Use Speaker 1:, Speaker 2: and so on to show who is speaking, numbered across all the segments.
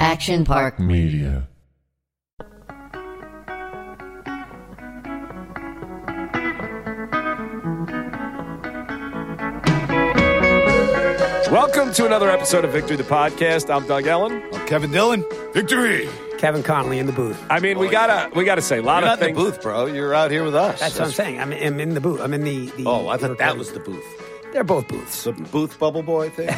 Speaker 1: Action Park
Speaker 2: Media.
Speaker 3: Welcome to another episode of Victory the Podcast. I'm Doug Ellen.
Speaker 4: Kevin Dillon.
Speaker 3: Victory.
Speaker 5: Kevin Conley in the booth.
Speaker 3: I mean, we gotta we gotta say a lot
Speaker 4: You're
Speaker 3: of
Speaker 4: not in
Speaker 3: things.
Speaker 4: the booth, bro. You're out here with us.
Speaker 5: That's what I'm saying. I'm, I'm in the booth. I'm in the. the
Speaker 4: Oh, I thought that
Speaker 5: recording.
Speaker 4: was the booth.
Speaker 5: They're both booths.
Speaker 4: The booth bubble boy thing.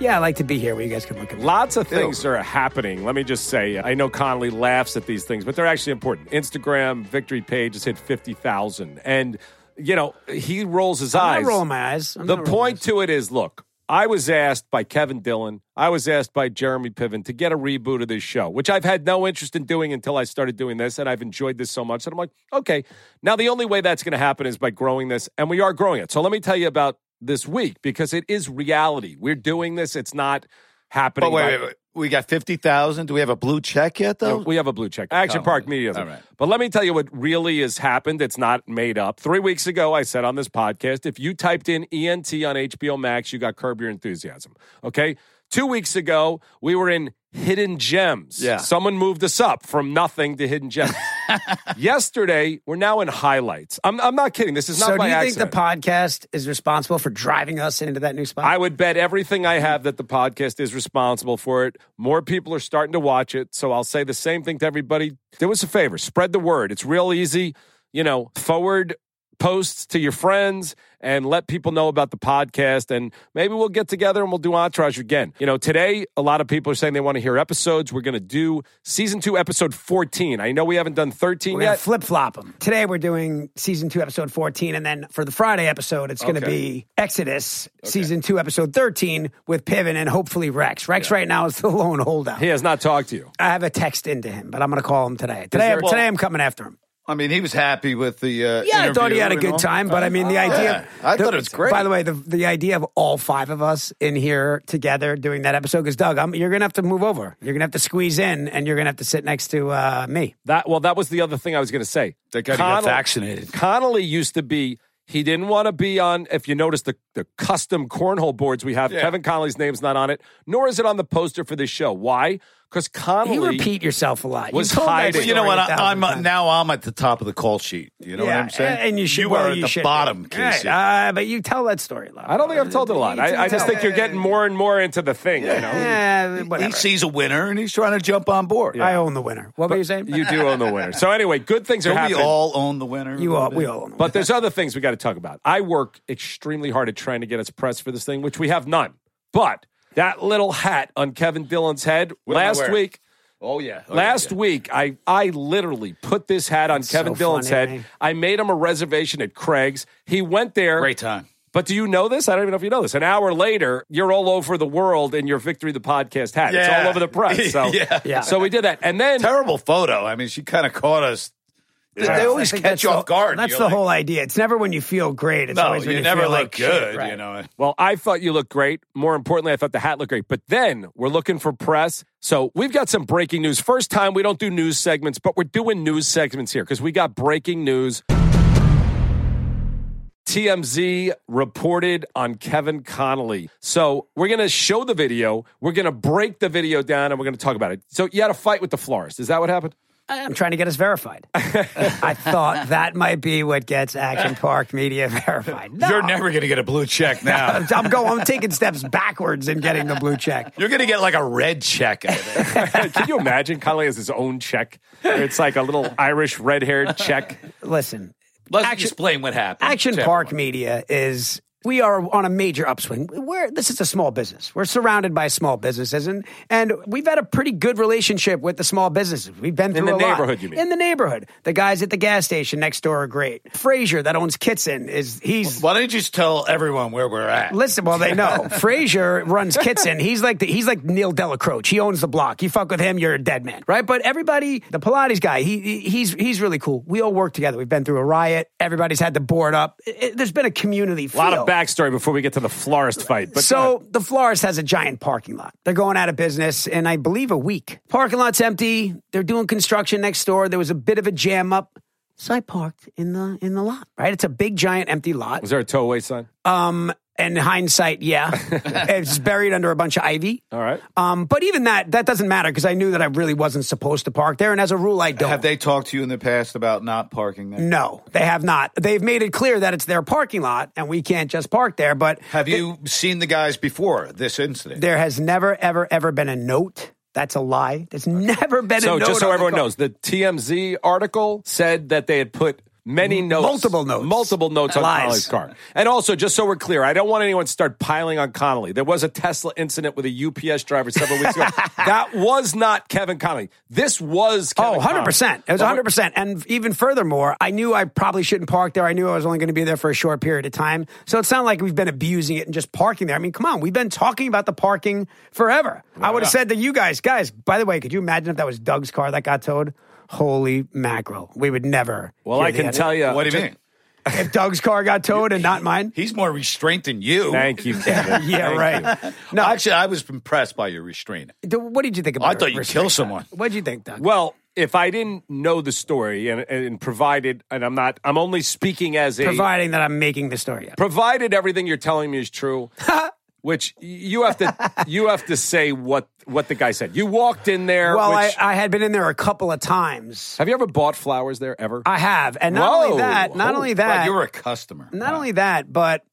Speaker 5: Yeah, I like to be here where you guys can look at me.
Speaker 3: Lots of things are happening. Let me just say, I know Connolly laughs at these things, but they're actually important. Instagram Victory page has hit fifty thousand, and you know he rolls his
Speaker 5: I'm
Speaker 3: eyes.
Speaker 5: not rolling my eyes. I'm
Speaker 3: the
Speaker 5: not rolling my
Speaker 3: point to it is look i was asked by kevin dillon i was asked by jeremy piven to get a reboot of this show which i've had no interest in doing until i started doing this and i've enjoyed this so much that i'm like okay now the only way that's going to happen is by growing this and we are growing it so let me tell you about this week because it is reality we're doing this it's not happening
Speaker 4: but wait,
Speaker 3: by-
Speaker 4: wait, wait. We got 50,000. Do we have a blue check yet, though?
Speaker 3: Uh, we have a blue check.
Speaker 5: Oh,
Speaker 3: Action Park Media.
Speaker 4: All right.
Speaker 3: But let me tell you what really has happened. It's not made up. Three weeks ago, I said on this podcast if you typed in ENT on HBO Max, you got Curb Your Enthusiasm. Okay. Two weeks ago, we were in Hidden Gems.
Speaker 4: Yeah.
Speaker 3: Someone moved us up from nothing to Hidden Gems. Yesterday, we're now in highlights. I'm, I'm not kidding. This is not
Speaker 5: So, do
Speaker 3: by
Speaker 5: you
Speaker 3: accident.
Speaker 5: think the podcast is responsible for driving us into that new spot?
Speaker 3: I would bet everything I have that the podcast is responsible for it. More people are starting to watch it, so I'll say the same thing to everybody. Do us a favor, spread the word. It's real easy, you know, forward posts to your friends and let people know about the podcast and maybe we'll get together and we'll do entourage again. You know, today a lot of people are saying they want to hear episodes. We're going to do season 2 episode 14. I know we haven't done 13
Speaker 5: we're
Speaker 3: yet.
Speaker 5: gonna flip flop them. Today we're doing season two, episode fourteen, and then for the Friday episode, it's gonna be Exodus, season two, episode thirteen, with Piven and hopefully Rex. Rex right now is the lone holdout.
Speaker 3: he has not talked to you.
Speaker 5: I have a text into him, but I'm gonna call him today. Today,
Speaker 4: there-
Speaker 5: today I'm coming after him.
Speaker 4: I mean, he was happy with the. Uh,
Speaker 5: Yeah, I thought he
Speaker 4: interview
Speaker 5: had a
Speaker 4: and
Speaker 5: good
Speaker 4: all.
Speaker 5: time, but I mean the idea.
Speaker 4: Yeah, I
Speaker 5: the-
Speaker 4: thought it was great.
Speaker 5: By the way, the the idea of all five of us in here together doing that episode, because Doug, I'm, you're gonna have to move over. You're gonna have to squeeze in, and you're gonna have to sit next to uh, me.
Speaker 3: That well, that was the other thing I was going to say.
Speaker 4: That guy who got vaccinated.
Speaker 3: Connolly used to be. He didn't want to be on. If you notice the the custom cornhole boards we have,
Speaker 4: Yeah.
Speaker 3: Kevin Connolly's name's not on it, nor is it on the poster for this show. Why? Because Connolly.
Speaker 5: You repeat yourself a lot.
Speaker 3: was
Speaker 5: you told that
Speaker 3: hiding.
Speaker 5: story
Speaker 4: You know what?
Speaker 5: a thousand
Speaker 4: I, I'm uh,
Speaker 5: times.
Speaker 4: now I'm at the top of the call sheet. You know
Speaker 5: Yeah,
Speaker 4: what I'm saying?
Speaker 5: And you should.
Speaker 4: You
Speaker 5: well,
Speaker 4: are at
Speaker 5: you
Speaker 4: the
Speaker 5: should.
Speaker 4: bottom,
Speaker 5: All right,
Speaker 4: Casey.
Speaker 5: uh, but you tell that story a lot.
Speaker 3: I don't think I've told it a lot. I, I just think you're getting more and more into the thing. You know.
Speaker 5: Eh,
Speaker 4: he
Speaker 5: whatever.
Speaker 4: sees a winner and he's trying to jump on board.
Speaker 5: I own the winner. What were you saying?
Speaker 3: You do own the winner. So anyway, good things are
Speaker 4: Don't we
Speaker 3: happening.
Speaker 4: all own the winner?
Speaker 5: You all. We all. Own the
Speaker 3: But there's other things we got to talk about. I work extremely hard at trying to get us press for this thing, which we have none. But that little hat on Kevin Dillon's head
Speaker 4: am I
Speaker 3: last
Speaker 4: wearing?
Speaker 3: week.
Speaker 4: Oh yeah. Oh, yeah,
Speaker 3: Last
Speaker 4: yeah.
Speaker 3: week, I I literally put this hat on Kevin
Speaker 5: so
Speaker 3: Dillon's
Speaker 5: funny,
Speaker 3: head.
Speaker 5: man.
Speaker 3: I made him a reservation at Craig's. He went there.
Speaker 4: Great time.
Speaker 3: But do you know this? I don't even know if you know this. An hour later, you're all over the world in your Victory the Podcast hat. It's
Speaker 4: Yeah.
Speaker 3: all over the press. So,
Speaker 4: Yeah.
Speaker 5: Yeah.
Speaker 3: so we did that. And then
Speaker 4: Terrible photo. I mean, she kind of caught us. They- They always
Speaker 5: I think
Speaker 4: catch
Speaker 5: that's
Speaker 4: you off
Speaker 5: the-
Speaker 4: guard.
Speaker 5: That's
Speaker 4: You're
Speaker 5: the
Speaker 4: like,
Speaker 5: whole idea. It's never when you feel great. It's
Speaker 4: No,
Speaker 5: always when
Speaker 4: you
Speaker 5: you
Speaker 4: never
Speaker 5: feel
Speaker 4: look
Speaker 5: like shit,
Speaker 4: good.
Speaker 5: right.
Speaker 4: You know.
Speaker 3: Well, I thought you looked great. More importantly, I thought the hat looked great. But then we're looking for press. So we've got some breaking news. First time we don't do news segments, but we're doing news segments here because we got breaking news. TMZ reported on Kevin Connolly. So we're going to show the video. We're going to break the video down and we're going to talk about it. So you had a fight with the florist. Is that what happened?
Speaker 5: I'm trying to get us verified. I thought that might be what gets Action Park Media verified. No.
Speaker 4: You're never going to get a blue check now.
Speaker 5: I'm going. I'm taking steps backwards in getting the blue check.
Speaker 4: You're going to get like a red check. I think.
Speaker 3: Can you imagine? Connolly has his own check. It's like a little Irish red haired check.
Speaker 5: Listen,
Speaker 4: Let's
Speaker 5: Action-
Speaker 4: explain what happened.
Speaker 5: Action
Speaker 4: to
Speaker 5: Park
Speaker 4: everyone.
Speaker 5: Media is we are on a major upswing. We're this is a small business. We're surrounded by small businesses, and and we've had a pretty good relationship with the small businesses. We've been through
Speaker 3: the
Speaker 5: a lot.
Speaker 3: neighborhood, you mean?
Speaker 5: In the neighborhood, the guys at the gas station next door are great. Frazier that owns Kitson is he's.
Speaker 4: Why don't you just tell everyone where we're at?
Speaker 5: Listen, well, they know. Frazier runs Kitson. He's like the, he's like Neil Delacroce. He owns the block. You fuck with him, you're a dead man, right? But everybody, the Pilates guy, he he- he's he's really cool. We all work together. We've been through a riot. Everybody's had to board up. It- it- there's been a community.
Speaker 3: A lot of backstory before we get to the florist fight. But
Speaker 5: so the florist has a giant parking lot. They're going out of business in, I believe, a week. Parking lot's empty. They're doing construction next door. There was a bit of a jam up. So I parked in the in the lot. Right, it's a big, giant, empty lot.
Speaker 3: Was there a tow away sign?
Speaker 5: Um, In hindsight, yeah, it's buried under a bunch of ivy.
Speaker 3: All right.
Speaker 5: Um, but even that, that doesn't matter because I knew that I really wasn't supposed to park there, and as a rule, I don't.
Speaker 4: Have they talked to you in the past about not parking there?
Speaker 5: no, they have not. They've made it clear that it's their parking lot, and we can't just park there. But
Speaker 4: Have you seen the guys before this incident?
Speaker 5: there has never, ever, ever been a note. That's a lie. There's never been a
Speaker 3: So
Speaker 5: note.
Speaker 3: just
Speaker 5: on
Speaker 3: so
Speaker 5: the
Speaker 3: everyone
Speaker 5: car.
Speaker 3: knows, the TMZ article said that they had put many notes,
Speaker 5: multiple notes.
Speaker 3: multiple notes on
Speaker 5: Lies.
Speaker 3: Connolly's car. And also, just so we're clear, I don't want anyone to start piling on Connolly. There was a Tesla incident with a UPS driver several weeks ago. that was not Kevin Connolly. This was Kevin
Speaker 5: Oh, 100%. It was 100%. And even furthermore, I knew I probably shouldn't park there. I knew I was only going to be there for a short period of time. So it's not like we've been abusing it and just parking there. I mean, come on. We've been talking about the parking forever. I would have said to you guys, guys, by the way, could you imagine if that was Doug's car that got towed? Holy mackerel. We would never.
Speaker 3: Well,
Speaker 5: hear
Speaker 3: I
Speaker 5: the
Speaker 3: can
Speaker 5: end.
Speaker 3: tell you.
Speaker 4: What do you mean?
Speaker 5: If Doug's car got towed and not mine.
Speaker 4: He's more restrained than you.
Speaker 3: Thank you, Kevin.
Speaker 5: Yeah,
Speaker 3: Thank you.
Speaker 5: right. No,
Speaker 4: Actually, I was impressed by your restraint.
Speaker 5: d- what did you think about
Speaker 4: I thought you'd
Speaker 5: Respect
Speaker 4: kill
Speaker 5: that.
Speaker 4: someone.
Speaker 5: What did you think, Doug?
Speaker 3: Well, if I didn't know the story and, and provided, and I'm not, I'm only speaking as a
Speaker 5: Providing that I'm making the story up.
Speaker 3: provided everything you're telling me is true which you have to you have to say what what the guy said you walked in there
Speaker 5: Well,
Speaker 3: which-
Speaker 5: I, I had been in there a couple of times.
Speaker 3: have you ever bought flowers there ever
Speaker 5: I have, and not
Speaker 3: Whoa.
Speaker 5: only that, not
Speaker 3: Oh,
Speaker 5: only
Speaker 4: Glad
Speaker 5: that,
Speaker 4: you were a customer.
Speaker 5: not only that, but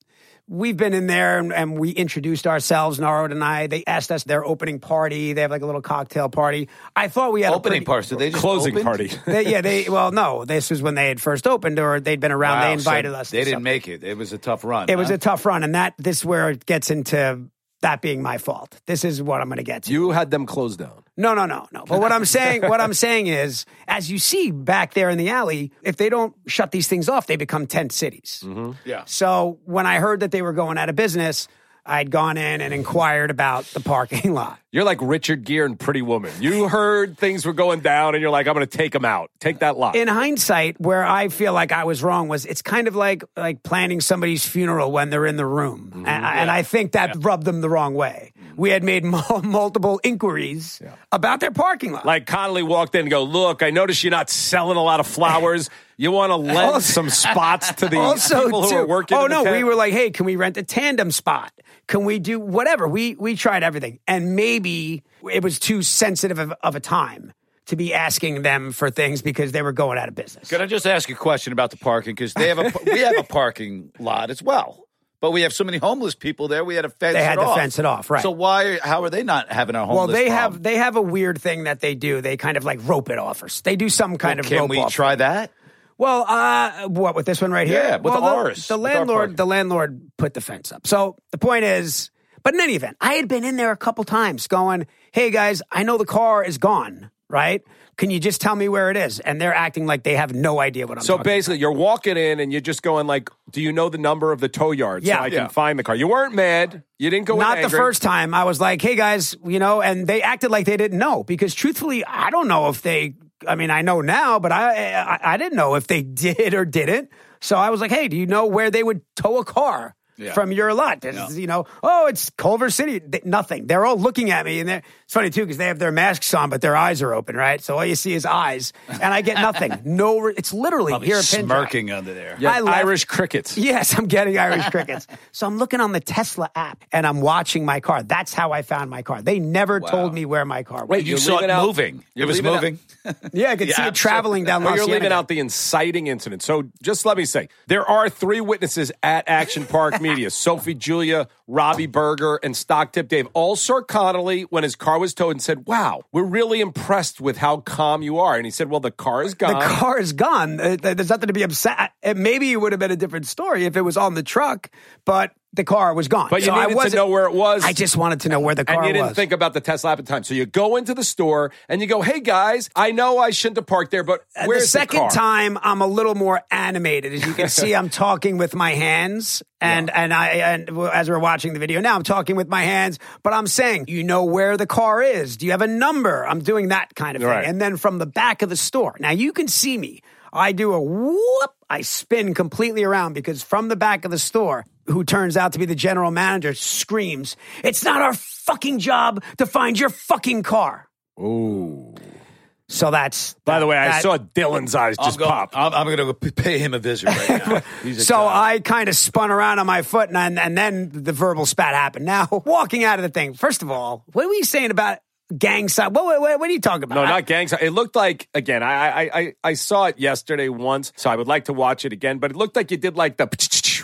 Speaker 5: we've been in there and, and we introduced ourselves. Narod and I, they asked us their opening party. They have like a little cocktail party. I thought we had
Speaker 4: opening
Speaker 5: a pretty,
Speaker 4: parts. Did they just
Speaker 3: closing
Speaker 4: opened?
Speaker 3: party
Speaker 5: They- yeah, they well, no, this was when they had first opened, or they'd been around.
Speaker 4: Wow,
Speaker 5: they
Speaker 4: so
Speaker 5: invited us.
Speaker 4: They
Speaker 5: to
Speaker 4: didn't
Speaker 5: something.
Speaker 4: make it. It was a tough run.
Speaker 5: It was
Speaker 4: huh?
Speaker 5: a tough run, and that this is where it gets into that being my fault. This is what I'm going to get to.
Speaker 3: you had them closed down
Speaker 5: No, no, no, no. But what I'm saying, what I'm saying is, as you see back there in the alley, if they don't shut these things off, they become tent cities.
Speaker 4: Yeah.
Speaker 5: So when I heard that they were going out of business, I'd gone in and inquired about the parking lot.
Speaker 3: you're like richard gere and pretty woman you heard things were going down and you're like i'm gonna take them out take that lot
Speaker 5: In hindsight, where I feel like I was wrong was it's kind of like like planning somebody's funeral when they're in the room, and, and I think that rubbed them the wrong way. We had made mul- multiple inquiries about their parking lot.
Speaker 3: like Connolly walked in and go, look, I notice you're not selling a lot of flowers. You want to lend
Speaker 5: Also-
Speaker 3: some spots to the
Speaker 5: also
Speaker 3: people who
Speaker 5: too-
Speaker 3: are working.
Speaker 5: Oh
Speaker 3: in the
Speaker 5: no,
Speaker 3: tent?"
Speaker 5: we were like, hey, can we rent a tandem spot? Can we do whatever? We we tried everything, and maybe it was too sensitive of, of a time to be asking them for things because they were going out of business.
Speaker 4: Can I just ask a question about the parking? Because they have a we have a parking lot as well, but we have so many homeless people there. We had to fence.
Speaker 5: They had
Speaker 4: it
Speaker 5: to
Speaker 4: off.
Speaker 5: fence it off, right.
Speaker 4: So why? How are they not having a homeless?
Speaker 5: Well, they have
Speaker 4: problem?
Speaker 5: they have a weird thing that they do. They kind of like rope it off, or s- they do some kind of
Speaker 4: Can
Speaker 5: rope
Speaker 4: we
Speaker 5: off.
Speaker 4: try that?
Speaker 5: Well, uh, what with this one right here?
Speaker 4: Yeah, with
Speaker 5: well,
Speaker 4: ours,
Speaker 5: The,
Speaker 4: with our
Speaker 5: landlord,
Speaker 4: parking.
Speaker 5: the landlord put the fence up. So the point is, but in any event, I had been in there a couple times, going, "Hey guys, I know the car is gone, right? Can you just tell me where it is?" And they're acting like they have no idea what I'm.
Speaker 3: So
Speaker 5: talking
Speaker 3: basically, you're walking in and you're just going like, "Do you know the number of the tow yard so
Speaker 5: Yeah.
Speaker 3: I can
Speaker 5: Yeah.
Speaker 3: find the car?" You weren't mad. You didn't go in
Speaker 5: Not the
Speaker 3: angry.
Speaker 5: first time. I was like, hey guys, you know, and they acted like they didn't know because truthfully, I don't know if they, I mean, I know now, but I, I, I didn't know if they did or didn't. So I was like, hey, do you know where they would tow a car?
Speaker 4: Yeah.
Speaker 5: From your lot, This is, you know. Oh, it's Culver City. Th- nothing. They're all looking at me, and they're, it's funny too because they have their masks on, but their eyes are open, right? So all you see is eyes, and I get nothing. no, re- it's literally here. a pin drop.
Speaker 4: smirking under there.
Speaker 3: Yeah,
Speaker 5: I left-
Speaker 3: Irish crickets.
Speaker 5: Yes, I'm getting Irish crickets. so I'm looking on the Tesla app and I'm watching my car. That's how I found my car. They never told me where my car was.
Speaker 3: Wait,
Speaker 4: You,
Speaker 3: You're
Speaker 4: saw
Speaker 3: leaving
Speaker 4: it
Speaker 3: out-
Speaker 4: moving. It
Speaker 3: you're
Speaker 4: was
Speaker 3: leaving out-
Speaker 4: moving.
Speaker 5: yeah, I could see
Speaker 4: yeah,
Speaker 5: it traveling down
Speaker 3: But
Speaker 5: Los
Speaker 3: you're leaving
Speaker 5: Cienega.
Speaker 3: out the inciting incident. So just let me say, there are three witnesses at Action Park Media: Sophie, Julia, Robbie Berger, and Stock Tip Dave. All saw Connolly when his car was towed and said, "Wow, we're really impressed with how calm you are." And he said, "Well, the car is gone."
Speaker 5: The car is gone. Uh, th- There's nothing to be upset. uh, Maybe it would have been a different story if it was on the truck, but the car was gone.
Speaker 3: But you
Speaker 5: So I
Speaker 3: needed to
Speaker 5: wasn't-
Speaker 3: know where it was.
Speaker 5: I just wanted to know where the car
Speaker 3: and you didn't
Speaker 5: was.
Speaker 3: think about the Tesla app at the time. So you go into the store and you go, "Hey guys, I know I shouldn't have parked there, but
Speaker 5: Uh,
Speaker 3: where's
Speaker 5: the second
Speaker 3: car?"
Speaker 5: time, I'm a little more animated. As you can see, I'm talking with my hands, and and I and w- as we're watching the video now, I'm talking with my hands. But I'm saying, you know where the car is? Do you have a number? I'm doing that kind of thing,
Speaker 3: Right.
Speaker 5: and then from the back of the store. Now you can see me. I do a whoop. I spin completely around because from the back of the store, who turns out to be the general manager, screams, "It's not our fucking job to find your fucking car." So that's
Speaker 3: By the way, I
Speaker 5: that-
Speaker 3: saw Dylan's eyes
Speaker 4: I'm
Speaker 3: just
Speaker 4: going,
Speaker 3: pop.
Speaker 4: I'm, I'm going to go p- pay him a visit right now. He's a
Speaker 5: So
Speaker 4: guy.
Speaker 5: I kind of spun around on my foot, and, and and then the verbal spat happened. Now walking out of the thing, first of all, what are we saying about gang sign? What, what, what- what are you talking about?
Speaker 3: No, not gangs. It looked like again. I I I, I saw it yesterday once, so I would like to watch it again. But it looked like you did like the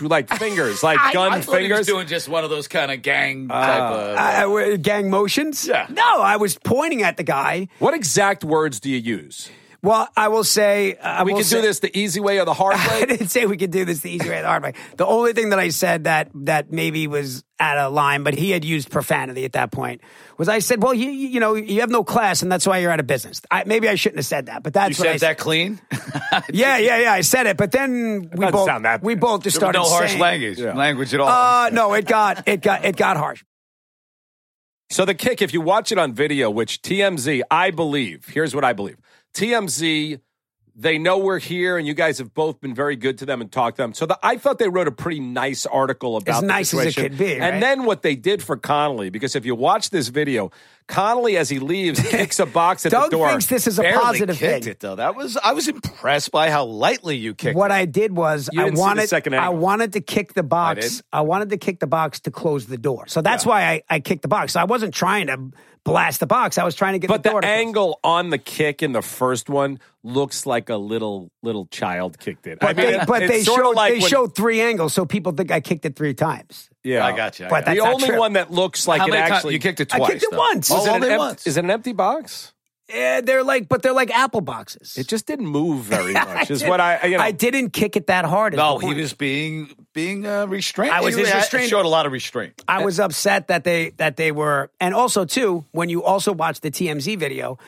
Speaker 3: like fingers, like
Speaker 4: I-
Speaker 3: gun
Speaker 4: I thought he was
Speaker 3: fingers.
Speaker 4: doing just one of those kind of gang
Speaker 5: Ah.
Speaker 4: type of.
Speaker 5: I- I- we're- gang motions.
Speaker 4: Yeah.
Speaker 5: No, I was pointing at the guy.
Speaker 3: what exact words do you use?
Speaker 5: Well, I will say uh, I
Speaker 3: We
Speaker 5: will
Speaker 3: can
Speaker 5: say-
Speaker 3: do this the easy way or the hard way.
Speaker 5: I didn't say we could do this the easy way or the hard way. The only thing that I said that that maybe was out of line, but he had used profanity at that point, was I said, "Well, you you you know you have no class, and that's why you're out of business." I, maybe I shouldn't have said that, but that's
Speaker 4: you
Speaker 5: what I
Speaker 4: said that clean.
Speaker 5: Yeah, yeah, yeah. I said it, but then we
Speaker 3: doesn't
Speaker 5: both
Speaker 3: sound that
Speaker 5: we
Speaker 3: bad.
Speaker 5: both just
Speaker 4: There was
Speaker 5: started
Speaker 4: no harsh
Speaker 5: saying-
Speaker 4: language,
Speaker 3: Yeah.
Speaker 4: language at all.
Speaker 5: Uh, no, it got it got it got harsh.
Speaker 3: So the kick, if you watch it on video, which TMZ, I believe, here's what I believe. TMZ, they know we're here, and you guys have both been very good to them and talked to them. So the, I thought they wrote a pretty nice article about
Speaker 5: As
Speaker 3: the
Speaker 5: nice as it
Speaker 3: situation.
Speaker 5: could be, right?
Speaker 3: And then what they did for Connolly, because if you watch this video, Connolly as he leaves kicks a box at
Speaker 5: Doug
Speaker 3: the door.
Speaker 5: thinks this is a
Speaker 4: Barely
Speaker 5: positive
Speaker 4: kicked
Speaker 5: thing.
Speaker 4: it though. That was I was impressed by how lightly you kicked.
Speaker 5: What I did was
Speaker 3: You
Speaker 5: I
Speaker 3: didn't see the
Speaker 5: wanted
Speaker 3: second
Speaker 5: I
Speaker 3: angle.
Speaker 5: wanted to kick the box.
Speaker 4: did.
Speaker 5: I, wanted to kick the box to close the door. So that's why I, I kicked the box. So I wasn't trying to blast the box. I was trying to get
Speaker 3: but
Speaker 5: the
Speaker 3: the
Speaker 5: door. to close.
Speaker 3: angle on the kick in the first one looks like a little little child kicked it.
Speaker 5: But
Speaker 3: I mean,
Speaker 5: they,
Speaker 3: it-
Speaker 5: but
Speaker 3: it's
Speaker 5: they
Speaker 3: sorta
Speaker 5: showed
Speaker 3: like
Speaker 5: they
Speaker 3: when-
Speaker 5: showed three angles, so people think I kicked it three times.
Speaker 3: Yeah,
Speaker 4: I got you. I
Speaker 5: But
Speaker 4: got
Speaker 5: that's
Speaker 3: The
Speaker 5: not
Speaker 3: only
Speaker 5: true.
Speaker 3: one that looks like
Speaker 4: How
Speaker 3: it
Speaker 4: many times-
Speaker 3: actually
Speaker 4: you kicked it
Speaker 5: I
Speaker 4: twice?
Speaker 5: kicked it
Speaker 4: though.
Speaker 5: once.
Speaker 4: Oh,
Speaker 5: Is it
Speaker 3: an
Speaker 4: only
Speaker 3: empt-
Speaker 4: once.
Speaker 3: Is it an empty box?
Speaker 5: Eh, they're like, but they're like apple boxes.
Speaker 3: It just didn't move very much. is
Speaker 5: did-
Speaker 3: what I you know.
Speaker 5: I didn't kick it that hard. is
Speaker 4: no,
Speaker 5: the
Speaker 4: oh, he
Speaker 5: point.
Speaker 4: was being being uh, restrained.
Speaker 5: I was
Speaker 4: He
Speaker 5: restrained.
Speaker 4: Showed a lot of restraint.
Speaker 5: I was upset that they that they were, and also too when you also watch the TMZ video,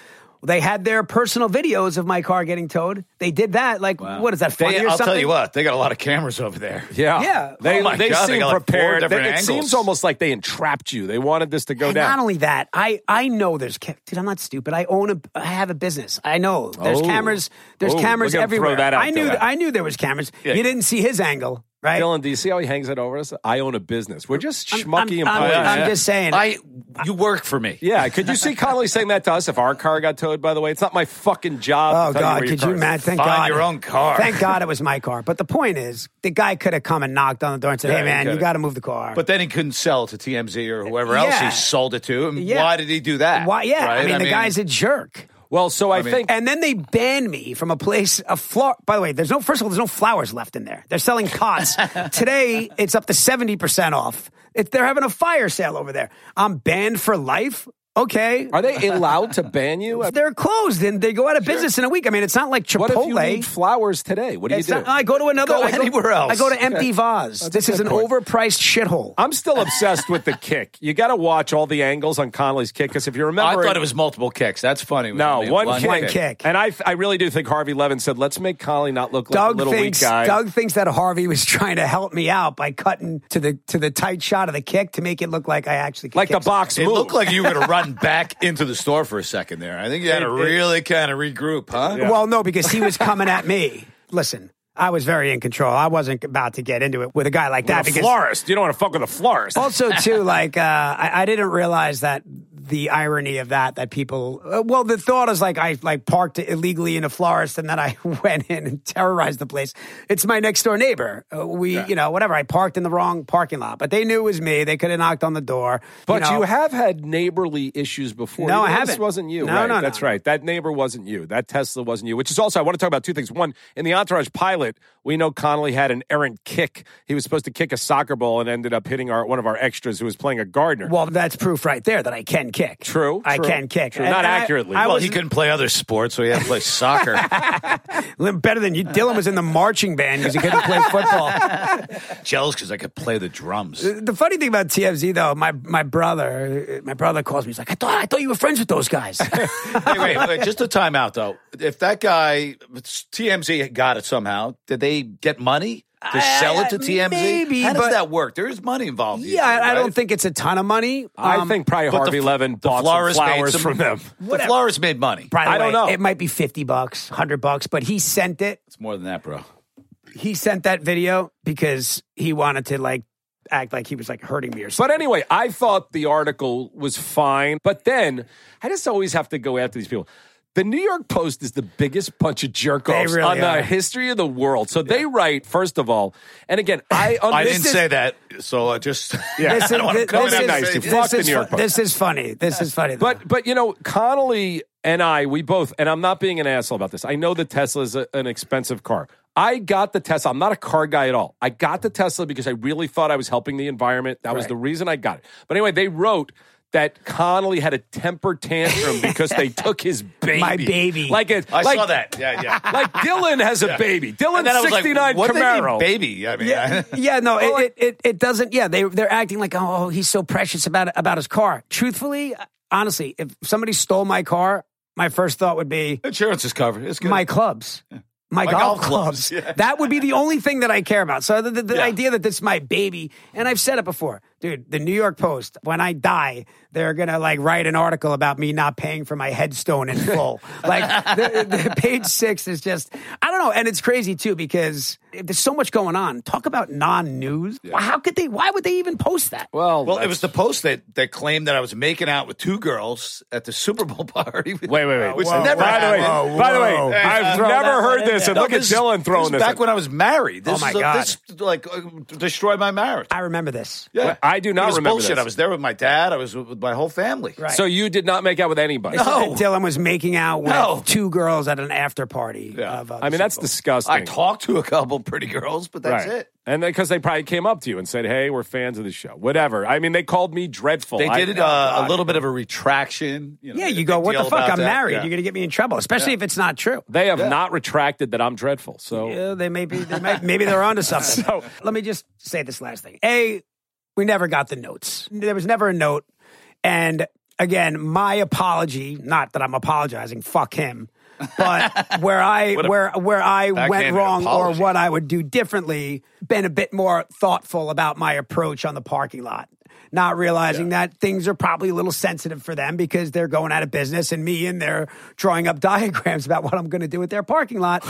Speaker 5: they had their personal videos of my car getting towed. They did that. Like, what is that funny
Speaker 4: They,
Speaker 5: or
Speaker 4: I'll
Speaker 5: something?
Speaker 4: tell you what, they got a lot of cameras over there.
Speaker 3: yeah,
Speaker 5: Yeah.
Speaker 3: They
Speaker 4: Oh my
Speaker 3: they
Speaker 4: God, they
Speaker 3: seem
Speaker 4: got like four
Speaker 3: prepared. They-
Speaker 4: different
Speaker 3: it seems
Speaker 4: angles.
Speaker 3: almost like they entrapped you. They wanted this to go
Speaker 5: And
Speaker 3: down.
Speaker 5: not only that, I I know there's ca- dude. I'm not stupid. I own a. I have a business. I know there's
Speaker 3: Oh.
Speaker 5: cameras. There's
Speaker 3: Oh,
Speaker 5: cameras
Speaker 3: look at him throw
Speaker 5: everywhere.
Speaker 3: that out
Speaker 5: I knew
Speaker 3: there.
Speaker 5: I knew there was cameras. You didn't see his angle, right?
Speaker 3: Dylan, do you see how he hangs it over us? I own a business. We're just
Speaker 5: I'm-
Speaker 3: schmucky
Speaker 5: I'm- I'm-
Speaker 3: employees.
Speaker 5: I'm just saying.
Speaker 4: I you work for me.
Speaker 3: yeah, could you see Connolly saying that to us if our car got towed? By the way, it's not my fucking job.
Speaker 5: Oh
Speaker 3: to tell
Speaker 5: God!
Speaker 3: you where your
Speaker 5: Could you
Speaker 3: car is.
Speaker 5: imagine? Thank
Speaker 4: Find
Speaker 5: God
Speaker 4: your own car.
Speaker 5: Thank God it was my car. But the point is, the guy could have come and knocked on the door and said,
Speaker 4: Yeah,
Speaker 5: "Hey,
Speaker 4: he
Speaker 5: man, you
Speaker 4: could've.
Speaker 5: got to move the car."
Speaker 4: But then he couldn't sell it to TMZ or whoever else
Speaker 5: Yeah.
Speaker 4: he sold it to. And
Speaker 5: Yeah.
Speaker 4: Why did he do that?
Speaker 5: Why? Yeah, I
Speaker 4: Right?
Speaker 5: mean, the guy's a jerk.
Speaker 3: Well, so I,
Speaker 4: mean-
Speaker 3: think
Speaker 5: And then they banned me from a place of floor. By the way, there's no. First of all, there's no flowers left in there. They're selling cots today. It's up to seventy percent off. If they're having a fire sale over there, I'm banned for life. Okay,
Speaker 3: are they allowed to ban you?
Speaker 5: they're closed and they go out of business in a week. I mean, it's not like Chipotle.
Speaker 3: What if you need flowers today? What do
Speaker 5: It's
Speaker 3: you do?
Speaker 5: not- I go to another.
Speaker 4: Go
Speaker 5: I
Speaker 4: anywhere else.
Speaker 5: I go to Empty Vase. this is an overpriced shithole.
Speaker 3: I'm still obsessed with the kick. You got to watch all the angles on Connolly's kick because if you
Speaker 4: I
Speaker 3: remember,
Speaker 4: thought it was multiple kicks. That's funny. It was
Speaker 3: No,
Speaker 4: only
Speaker 3: one, kick.
Speaker 5: One kick.
Speaker 3: And I, I really do think Harvey Levin said, let's make Collie not look like
Speaker 5: Doug
Speaker 3: a little
Speaker 5: thinks
Speaker 3: weak guy.
Speaker 5: Doug thinks that Harvey was trying to help me out by cutting to the to the tight shot of the kick to make it look like I actually could
Speaker 3: like the
Speaker 5: kick something.
Speaker 3: box
Speaker 4: It
Speaker 3: move.
Speaker 4: looked like you were going to run back into the store for a second there. I think you had to
Speaker 3: It- it-
Speaker 4: really kind of regroup, huh?
Speaker 5: Well, no, because he was coming at me. Listen, I was very in control. I wasn't about to get into it with a guy like that
Speaker 3: a
Speaker 5: because
Speaker 3: florist. You don't want to fuck with a florist.
Speaker 5: also too like uh, I, I didn't realize that the irony of that that people uh, well the thought is like i like parked illegally in a florist and then i went in and terrorized the place it's my next door neighbor uh, we you know whatever i parked in the wrong parking lot but they knew it was me they could have knocked on the door
Speaker 3: but
Speaker 5: know.
Speaker 3: you have had neighborly issues before.
Speaker 5: No, I
Speaker 3: Even though This
Speaker 5: haven't.
Speaker 3: wasn't you.
Speaker 5: No,
Speaker 3: right?
Speaker 5: no, no,
Speaker 3: That's
Speaker 5: no.
Speaker 3: right. That neighbor wasn't you. That Tesla wasn't you. Which is also, I want to talk about two things. One, in the Entourage pilot, we know Connolly had an errant kick. He was supposed to kick a soccer ball and ended up hitting our one of our extras who was playing a gardener.
Speaker 5: well that's proof right there that i can kick
Speaker 3: True,
Speaker 5: i
Speaker 3: true,
Speaker 5: can kick
Speaker 3: true.
Speaker 5: And-
Speaker 3: Not
Speaker 5: and I-
Speaker 3: accurately.
Speaker 5: i,
Speaker 4: Well,
Speaker 5: was
Speaker 4: he couldn't play other sports, so he had to play soccer.
Speaker 5: better than you dylan was in the marching band because he couldn't play football
Speaker 4: Jealous because I could play the drums.
Speaker 5: The funny thing about TMZ though, my my brother, my brother calls me. He's like, I thought I thought you were friends with those guys.
Speaker 4: Hey, wait, wait, just a timeout though. If that guy TMZ got it somehow, did they get money to
Speaker 5: I-
Speaker 4: sell
Speaker 5: I-
Speaker 4: it to TMZ?
Speaker 5: maybe,
Speaker 4: How
Speaker 5: but-
Speaker 4: does that work? There is money involved.
Speaker 5: yeah, I, I
Speaker 4: usually,
Speaker 5: don't
Speaker 4: right?
Speaker 5: think it's a ton of money.
Speaker 3: I
Speaker 5: Um,
Speaker 3: think probably
Speaker 4: But
Speaker 3: Harvey
Speaker 4: the,
Speaker 3: Levin
Speaker 4: the
Speaker 3: bought some
Speaker 4: florist made
Speaker 3: flowers
Speaker 4: some-
Speaker 3: from them.
Speaker 4: The florist made money.
Speaker 5: By the
Speaker 3: I
Speaker 5: way,
Speaker 3: don't know.
Speaker 5: It might be fifty bucks, hundred bucks, but he sent it.
Speaker 4: It's more than that, bro.
Speaker 5: He sent that video because he wanted to like act like he was like hurting me or something.
Speaker 3: But anyway, I thought the article was fine. But then I just always have to go after these people. The New York Post is the biggest bunch of jerk offs
Speaker 5: really
Speaker 3: on
Speaker 5: are.
Speaker 3: the history of the world. So they write, first of all, and again, I
Speaker 4: I
Speaker 3: understand.
Speaker 4: didn't say that, so I just yeah.
Speaker 5: This is,
Speaker 4: I don't want to
Speaker 5: this,
Speaker 4: come in
Speaker 5: is,
Speaker 4: that
Speaker 3: nice
Speaker 4: nice.
Speaker 3: to fuck
Speaker 5: this,
Speaker 3: the
Speaker 5: is
Speaker 3: New York
Speaker 5: fu-
Speaker 3: Post.
Speaker 5: this is funny. This is funny. though.
Speaker 3: But but you know, Connolly and I, we both, and I'm not being an asshole about this. I know the Tesla is a, an expensive car. I got the Tesla. I'm not a car guy at all. I got the Tesla because I really thought I was helping the environment. That was the reason I got it. But anyway, they wrote that Connolly had a temper tantrum because they took his baby.
Speaker 5: My baby.
Speaker 3: Like a,
Speaker 4: I
Speaker 3: like,
Speaker 4: saw that. Yeah, yeah.
Speaker 3: Like Dylan has a baby. Dylan's
Speaker 4: And then I was like,
Speaker 3: 69
Speaker 4: what do they mean,
Speaker 3: Camaro.
Speaker 4: baby? I mean,
Speaker 5: yeah, yeah, no, it, it, it, it doesn't. Yeah, they they're acting like oh he's so precious about about his car. Truthfully, honestly, if somebody stole my car, my first thought would be
Speaker 4: insurance is covered. It's good.
Speaker 5: my clubs. My, golf,
Speaker 4: golf
Speaker 5: clubs.
Speaker 4: clubs, yeah.
Speaker 5: That would be the only thing that I care about. So the, the, the
Speaker 4: Yeah.
Speaker 5: idea that this is my baby, and I've said it before, dude. The New York Post. When I die, they're gonna like write an article about me not paying for my headstone in full. like the, the page six is just, I don't know, and it's crazy too because there's so much going on. Talk about non-news. How could they? Why would they even post that?
Speaker 3: well,
Speaker 4: well, it was the post that, that claimed that I was making out with two girls at the Super Bowl party.
Speaker 3: Wait, wait, wait.
Speaker 4: Which
Speaker 5: Whoa,
Speaker 4: never
Speaker 3: by the way,
Speaker 4: happened.
Speaker 5: Whoa,
Speaker 3: by the way,
Speaker 5: whoa.
Speaker 3: I've
Speaker 5: Throw
Speaker 3: never heard
Speaker 5: that one in
Speaker 3: this.
Speaker 5: there.
Speaker 3: And look
Speaker 4: this-
Speaker 3: at Dylan throwing
Speaker 4: this.
Speaker 3: this.
Speaker 4: is Back
Speaker 3: at-
Speaker 4: when I was married. This
Speaker 5: Oh, my
Speaker 4: is a-
Speaker 5: God.
Speaker 4: This like uh, destroyed my marriage.
Speaker 5: I remember this.
Speaker 4: Yeah.
Speaker 3: I do not
Speaker 4: it was
Speaker 3: remember
Speaker 4: bullshit.
Speaker 3: this.
Speaker 4: I was there with my dad. I was with, with my whole family.
Speaker 5: Right.
Speaker 3: So you did not make out with anybody.
Speaker 4: No.
Speaker 5: Dylan was making out with
Speaker 4: No.
Speaker 5: two girls at an after party.
Speaker 4: Yeah.
Speaker 5: Of, uh,
Speaker 3: I mean, that's disgusting.
Speaker 4: I talked to a couple pretty girls, but that's it.
Speaker 3: And because they probably came up to you and said, "Hey, we're fans of the show." Whatever. I mean, they called me dreadful.
Speaker 4: They
Speaker 3: I-
Speaker 4: did it, uh, a little bit of a retraction. You know,
Speaker 5: Yeah,
Speaker 4: made a
Speaker 5: you go,
Speaker 4: big
Speaker 5: what the
Speaker 4: deal
Speaker 5: fuck?
Speaker 4: about
Speaker 5: I'm
Speaker 4: that.
Speaker 5: married.
Speaker 4: Yeah.
Speaker 5: You're going to get me in trouble, especially if it's not true.
Speaker 3: They have not retracted that I'm dreadful. So
Speaker 5: Yeah, they may be, they may, maybe they're onto something.
Speaker 3: So-
Speaker 5: let me just say this last thing. A, we never got the notes. There was never a note. And again, my apology, not that I'm apologizing, fuck him. But where I where where I went
Speaker 4: backhanded
Speaker 5: wrong
Speaker 4: apology.
Speaker 5: or what I would do differently, been a bit more thoughtful about my approach on the parking lot. Not realizing that things are probably a little sensitive for them because they're going out of business and me in there drawing up diagrams about what I'm going to do with their parking lot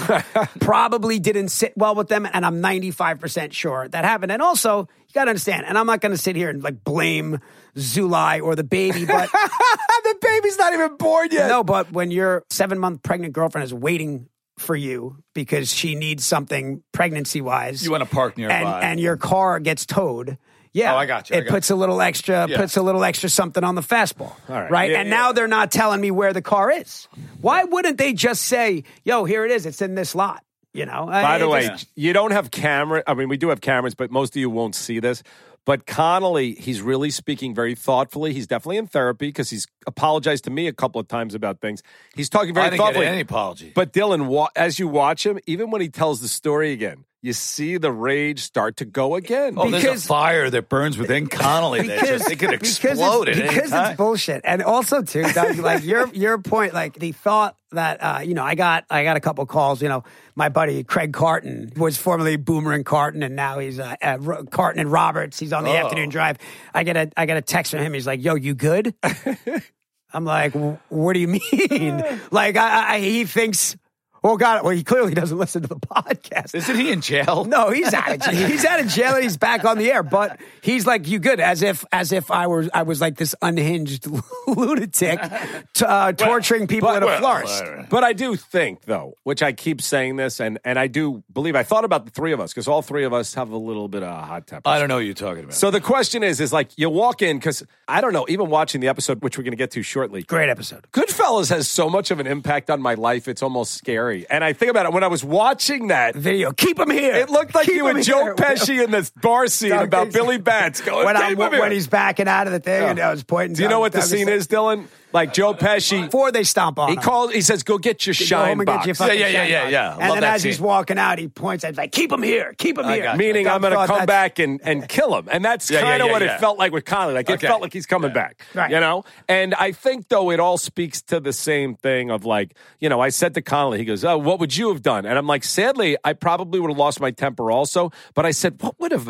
Speaker 5: probably didn't sit well with them. And I'm 95% sure that happened. And also, you got to understand, and I'm not going to sit here and like blame Zulai or the baby, but
Speaker 3: the baby's not even born yet.
Speaker 5: no, but when your seven month pregnant girlfriend is waiting for you because she needs something pregnancy wise,
Speaker 4: You want to park nearby.
Speaker 5: and and your car gets towed. Yeah,
Speaker 4: Oh, I got you, I
Speaker 5: It
Speaker 4: got
Speaker 5: puts a little extra, puts a little extra something on the fastball,
Speaker 3: right. Yeah,
Speaker 5: and
Speaker 3: yeah.
Speaker 5: now they're not telling me where the car is. Why wouldn't they just say, "Yo, here it is. It's in this lot." You know. Uh,
Speaker 3: By the way, you don't have camera. I mean, we do have cameras, but most of you won't see this. But Connolly, he's really speaking very thoughtfully. He's definitely in therapy because he's apologized to me a couple of times about things. He's talking very
Speaker 4: I didn't get
Speaker 3: thoughtfully.
Speaker 4: any apology.
Speaker 3: But Dylan, wa- as you watch him, even when he tells the story again, you see the rage start to go again.
Speaker 4: oh, there's
Speaker 5: because-
Speaker 4: a fire that burns within Connolly. that just, it could explode
Speaker 5: Because
Speaker 4: at
Speaker 5: it's,
Speaker 4: any
Speaker 5: because
Speaker 4: time.
Speaker 5: it's bullshit, and also too, Doug, like your your point, like the thought that uh, you know, I got I got a couple calls. You know, my buddy Craig Carton was formerly Boomer and Carton, and now he's uh, uh, Ro- Carton and Roberts. He's on
Speaker 4: Oh.
Speaker 5: the afternoon drive. I get a I get a text from him. He's like, "Yo, you good?" I'm like, "W- "What do you mean?" like, I, I he thinks. Well, God, well, he clearly doesn't listen to the podcast.
Speaker 4: Isn't he in jail?
Speaker 5: No, he's out of jail. He's out of jail and he's back on the air. But he's like, you good? As if, as if I were, I was like this unhinged lunatic, t- uh, torturing people
Speaker 3: but-
Speaker 5: at a
Speaker 3: well,
Speaker 5: florist.
Speaker 3: But I do think, though, which I keep saying this, and and I do believe I thought about the three of us because all three of us have a little bit of a hot temper.
Speaker 4: I don't know what you're talking about.
Speaker 3: so the question is, is like you walk in because I don't know. Even watching the episode, which we're going to get to shortly,
Speaker 5: Great episode.
Speaker 3: Goodfellas has so much of an impact on my life. It's almost scary. And I think about it when I was watching that.
Speaker 5: Video. Keep him here.
Speaker 3: It looked like
Speaker 5: Keep
Speaker 3: you were
Speaker 5: him
Speaker 3: Joe
Speaker 5: here.
Speaker 3: Pesci in this bar scene
Speaker 5: Doug,
Speaker 3: about
Speaker 5: he's-
Speaker 3: Billy Bats going.
Speaker 5: When, I'm,
Speaker 3: "Keep him
Speaker 5: when
Speaker 3: here."
Speaker 5: he's backing out of the thing, and I was pointing.
Speaker 3: Do you know
Speaker 5: Doug-
Speaker 3: what the
Speaker 5: Doug was
Speaker 3: scene
Speaker 5: like-
Speaker 3: is, Dylan? Like Joe Pesci,
Speaker 5: Before they stomp on
Speaker 3: he
Speaker 5: him.
Speaker 3: called. He says, "Go get your
Speaker 5: Go
Speaker 3: shine
Speaker 5: home and get
Speaker 3: box."
Speaker 5: your fucking
Speaker 4: Yeah, yeah, yeah,
Speaker 5: shine
Speaker 4: yeah,
Speaker 5: box.
Speaker 4: yeah.
Speaker 5: And
Speaker 4: Love
Speaker 5: then
Speaker 4: that
Speaker 5: as he's
Speaker 4: scene.
Speaker 5: walking out, he points. I was like, "Keep him here. Keep him here."
Speaker 4: got you.
Speaker 3: meaning
Speaker 5: Doug
Speaker 3: I'm going to
Speaker 5: thought
Speaker 3: come
Speaker 5: that's-
Speaker 3: back and, and kill him. And that's
Speaker 4: Yeah, yeah,
Speaker 3: kind of
Speaker 4: yeah,
Speaker 3: what
Speaker 4: yeah.
Speaker 3: it felt like with Conley. Like
Speaker 4: Okay.
Speaker 3: it felt like he's coming back,
Speaker 5: Right.
Speaker 3: you know? And I think, though, it all speaks to the same thing of like, you know, I said to Connolly, he goes, oh, what would you have done? And I'm like, sadly, I probably would have lost my temper also. But I said, what would have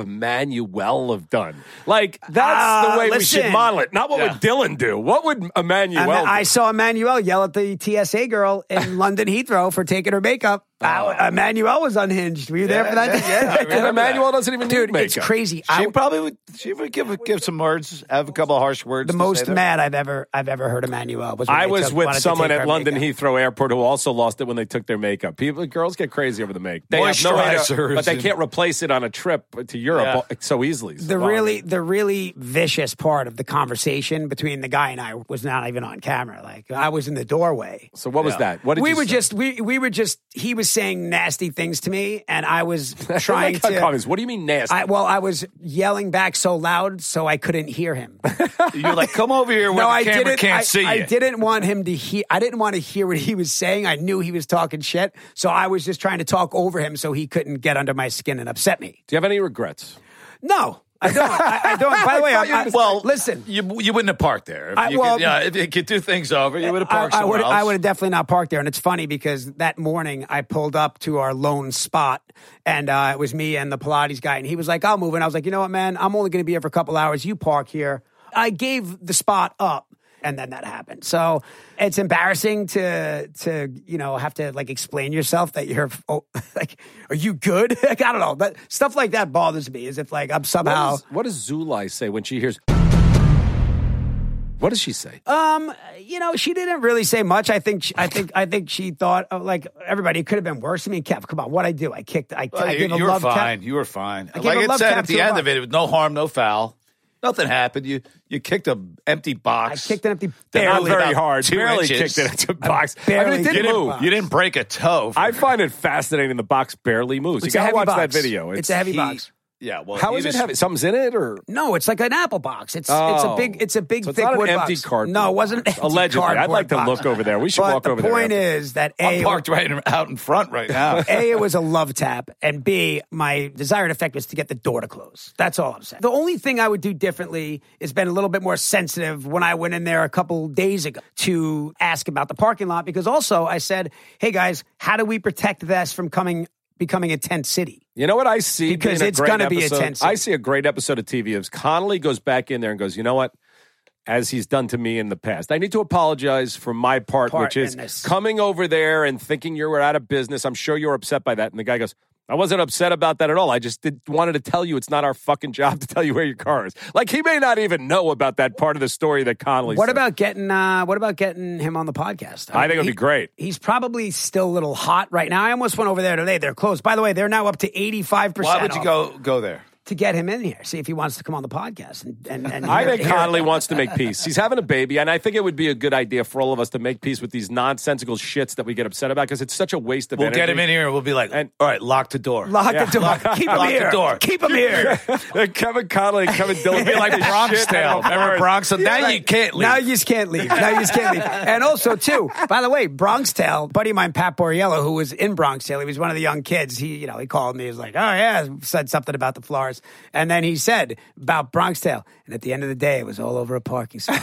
Speaker 3: Emmanuel have done? Like, that's
Speaker 5: Uh,
Speaker 3: the way we
Speaker 5: listen.
Speaker 3: should model it. Not what
Speaker 4: Yeah.
Speaker 3: would Dylan do? What would Emmanuel
Speaker 5: And then
Speaker 3: do?
Speaker 5: I saw Emmanuel yell at the TSA girl in London Heathrow for taking her makeup. Al- Emmanuel was unhinged. Were you there for that?
Speaker 4: yeah, yeah, I
Speaker 3: And
Speaker 4: remember that.
Speaker 3: Emmanuel doesn't even
Speaker 5: Dude,
Speaker 3: need
Speaker 5: it's
Speaker 3: makeup.
Speaker 5: crazy.
Speaker 4: She
Speaker 5: I,
Speaker 4: probably would. She would give give some words, have a couple of harsh words.
Speaker 5: the
Speaker 4: to say
Speaker 5: most
Speaker 4: there.
Speaker 5: mad I've ever I've ever heard Emmanuel was. when
Speaker 3: I
Speaker 5: they
Speaker 3: was
Speaker 5: took-
Speaker 3: with
Speaker 5: wanted to
Speaker 3: someone
Speaker 5: take
Speaker 3: at
Speaker 5: her
Speaker 3: London
Speaker 5: makeup.
Speaker 3: Heathrow Airport who also lost it when they took their makeup. People, girls get crazy over the makeup. They have no way to,
Speaker 4: Moisturizers
Speaker 3: but they
Speaker 4: and-
Speaker 3: can't replace it on a trip to Europe
Speaker 4: Yeah.
Speaker 3: so easily. So
Speaker 5: The
Speaker 3: long.
Speaker 5: really the really vicious part of the conversation between the guy and I was not even on camera. Like I was in the doorway.
Speaker 3: So what was
Speaker 4: Yeah.
Speaker 3: that? What did
Speaker 5: we
Speaker 3: you
Speaker 5: were
Speaker 3: say?
Speaker 5: just we we were just he was saying nasty things to me and I was trying
Speaker 3: I got
Speaker 5: to
Speaker 3: comments. What do you mean nasty?
Speaker 5: I, well, I was yelling back so loud so I couldn't hear him.
Speaker 4: You're like, come over here where
Speaker 5: no,
Speaker 4: the
Speaker 5: I
Speaker 4: camera
Speaker 5: didn't.
Speaker 4: can't
Speaker 5: I,
Speaker 4: see
Speaker 5: I
Speaker 4: you.
Speaker 5: didn't want him to hear. I didn't want to hear what he was saying. I knew he was talking shit, so I was just trying to talk over him so he couldn't get under my skin and upset me.
Speaker 3: do you have any regrets?
Speaker 5: No, I don't. I, I don't. By the way,
Speaker 3: thought you
Speaker 5: I,
Speaker 3: were
Speaker 5: I,
Speaker 3: just
Speaker 5: well,
Speaker 4: Well,
Speaker 5: listen.
Speaker 4: you you wouldn't have parked there. If
Speaker 5: I-
Speaker 4: you
Speaker 5: well-
Speaker 4: could, yeah, if you could do things over, you would have
Speaker 5: I,
Speaker 4: parked
Speaker 5: I
Speaker 4: somewhere
Speaker 5: would I
Speaker 4: else.
Speaker 5: would have definitely not parked there, and it's funny because that morning I pulled up to our lone spot, and uh, it was me and the Pilates guy, and he was like, "I'll move," and I was like, "You know what, man? I'm only going to be here for a couple hours. You park here." I gave the spot up, and then that happened. So it's embarrassing to to you know have to like explain yourself that you're oh, like, are you good? like I don't know, but stuff like that bothers me. Is if like I'm
Speaker 3: What
Speaker 5: somehow.
Speaker 3: does- what does Zulai say when she hears? What does she say?
Speaker 5: Um, you know, she didn't really say much. I think, she, I think, I think she thought oh, like everybody it could have been worse. I mean, Kev, come on, what I do? I kicked. I,
Speaker 4: Well,
Speaker 5: I
Speaker 4: you-
Speaker 5: gave a
Speaker 4: you were
Speaker 5: love. tap.
Speaker 4: fine. You were fine.
Speaker 5: gave
Speaker 4: Like
Speaker 5: a
Speaker 4: it
Speaker 5: love
Speaker 4: said
Speaker 5: tap
Speaker 4: at
Speaker 5: to
Speaker 4: the
Speaker 5: a
Speaker 4: end
Speaker 5: bar.
Speaker 4: of it, it was no harm, no foul. Nothing happened. You you kicked an empty box.
Speaker 5: I kicked an empty-
Speaker 4: That
Speaker 5: Not
Speaker 4: was
Speaker 5: barely
Speaker 4: about two
Speaker 3: barely
Speaker 4: inches.
Speaker 3: kicked it into the box.
Speaker 5: barely
Speaker 3: I mean, it
Speaker 5: kicked
Speaker 3: didn't
Speaker 5: it.
Speaker 3: move.
Speaker 5: box.
Speaker 4: You didn't break a toe.
Speaker 3: I find it fascinating. The box barely moves.
Speaker 5: It's
Speaker 3: you
Speaker 5: a
Speaker 3: gotta
Speaker 5: heavy
Speaker 3: watch that
Speaker 5: box.
Speaker 3: video.
Speaker 5: It's a heavy
Speaker 4: He-
Speaker 5: box.
Speaker 4: Yeah. Well,
Speaker 3: How
Speaker 4: he
Speaker 3: is it
Speaker 4: just-
Speaker 3: heavy? Something's in it, or
Speaker 5: No, it's like an apple box. It's it's
Speaker 3: Oh.
Speaker 5: a big it's a big
Speaker 3: So it's
Speaker 5: thick
Speaker 3: not an
Speaker 5: wood
Speaker 3: empty
Speaker 5: box.
Speaker 3: cardboard
Speaker 5: No, it wasn't an
Speaker 3: box.
Speaker 5: empty
Speaker 3: Allegedly. I'd
Speaker 5: cardboard
Speaker 3: like to
Speaker 5: box.
Speaker 3: look over there. We should
Speaker 5: But
Speaker 3: walk over
Speaker 5: The
Speaker 3: there
Speaker 5: point
Speaker 3: after.
Speaker 5: is that
Speaker 4: I'm
Speaker 5: a
Speaker 4: parked right in, out in front right now.
Speaker 5: Uh, A, it was a love tap, and B, my desired effect was to get the door to close. That's all I'm saying. The only thing I would do differently is been a little bit more sensitive when I went in there a couple days ago to ask about the parking lot because also I said, "Hey guys, how do we protect this from coming becoming a tent city?"
Speaker 3: You know what I see?
Speaker 5: Because
Speaker 3: being
Speaker 5: it's
Speaker 3: a great
Speaker 5: gonna be a
Speaker 3: episode?
Speaker 5: tense-
Speaker 3: I see a great episode of TV is Connolly goes back in there and goes, you know what? As he's done to me in the past, I need to apologize for my part,
Speaker 5: Part
Speaker 3: which is
Speaker 5: in this.
Speaker 3: coming over there and thinking you were out of business. I'm sure you were upset by that. And the guy goes, I wasn't upset about that at all. I just did, wanted to tell you it's not our fucking job to tell you where your car is. Like he may not even know about that part of the story that Connolly.
Speaker 5: What
Speaker 3: said.
Speaker 5: about getting uh, what about getting him on the podcast?
Speaker 3: I think it would be great.
Speaker 5: He's probably still a little hot right now. I almost went over there today. They're closed. By the way, they're now up to eighty five percent.
Speaker 4: Why would you go go there?
Speaker 5: to get him in here? See if he wants to come on the podcast. And, and, and
Speaker 3: I
Speaker 5: hear-
Speaker 3: think
Speaker 5: hear-
Speaker 3: Connolly wants to make peace. He's having a baby, and I think it would be a good idea for all of us to make peace with these nonsensical shits that we get upset about because it's such a waste of
Speaker 4: We'll
Speaker 3: energy.
Speaker 4: get him in here and we'll be like,
Speaker 3: And-
Speaker 4: all right, lock the door.
Speaker 5: Lock
Speaker 3: Yeah.
Speaker 5: the door. Keep him
Speaker 4: Lock the
Speaker 5: here.
Speaker 4: door.
Speaker 5: Keep him here.
Speaker 3: And Kevin Connolly and Kevin Dillon
Speaker 4: Be like
Speaker 3: This shit
Speaker 4: Bronx Tale.
Speaker 3: out of
Speaker 4: Remember
Speaker 3: ours.
Speaker 4: Bronx? Tale? Now you can't leave.
Speaker 5: Now you just can't leave. Now you just can't leave. And also, too, by the way, Bronx Tale, buddy of mine, Pat Borriello, who was in Bronx Tale, he was one of the young kids. He, you know, he called me. He was like, oh, yeah, said something about the flowers. And then he said about Bronx Tale. And at the end of the day, it was all over a parking spot.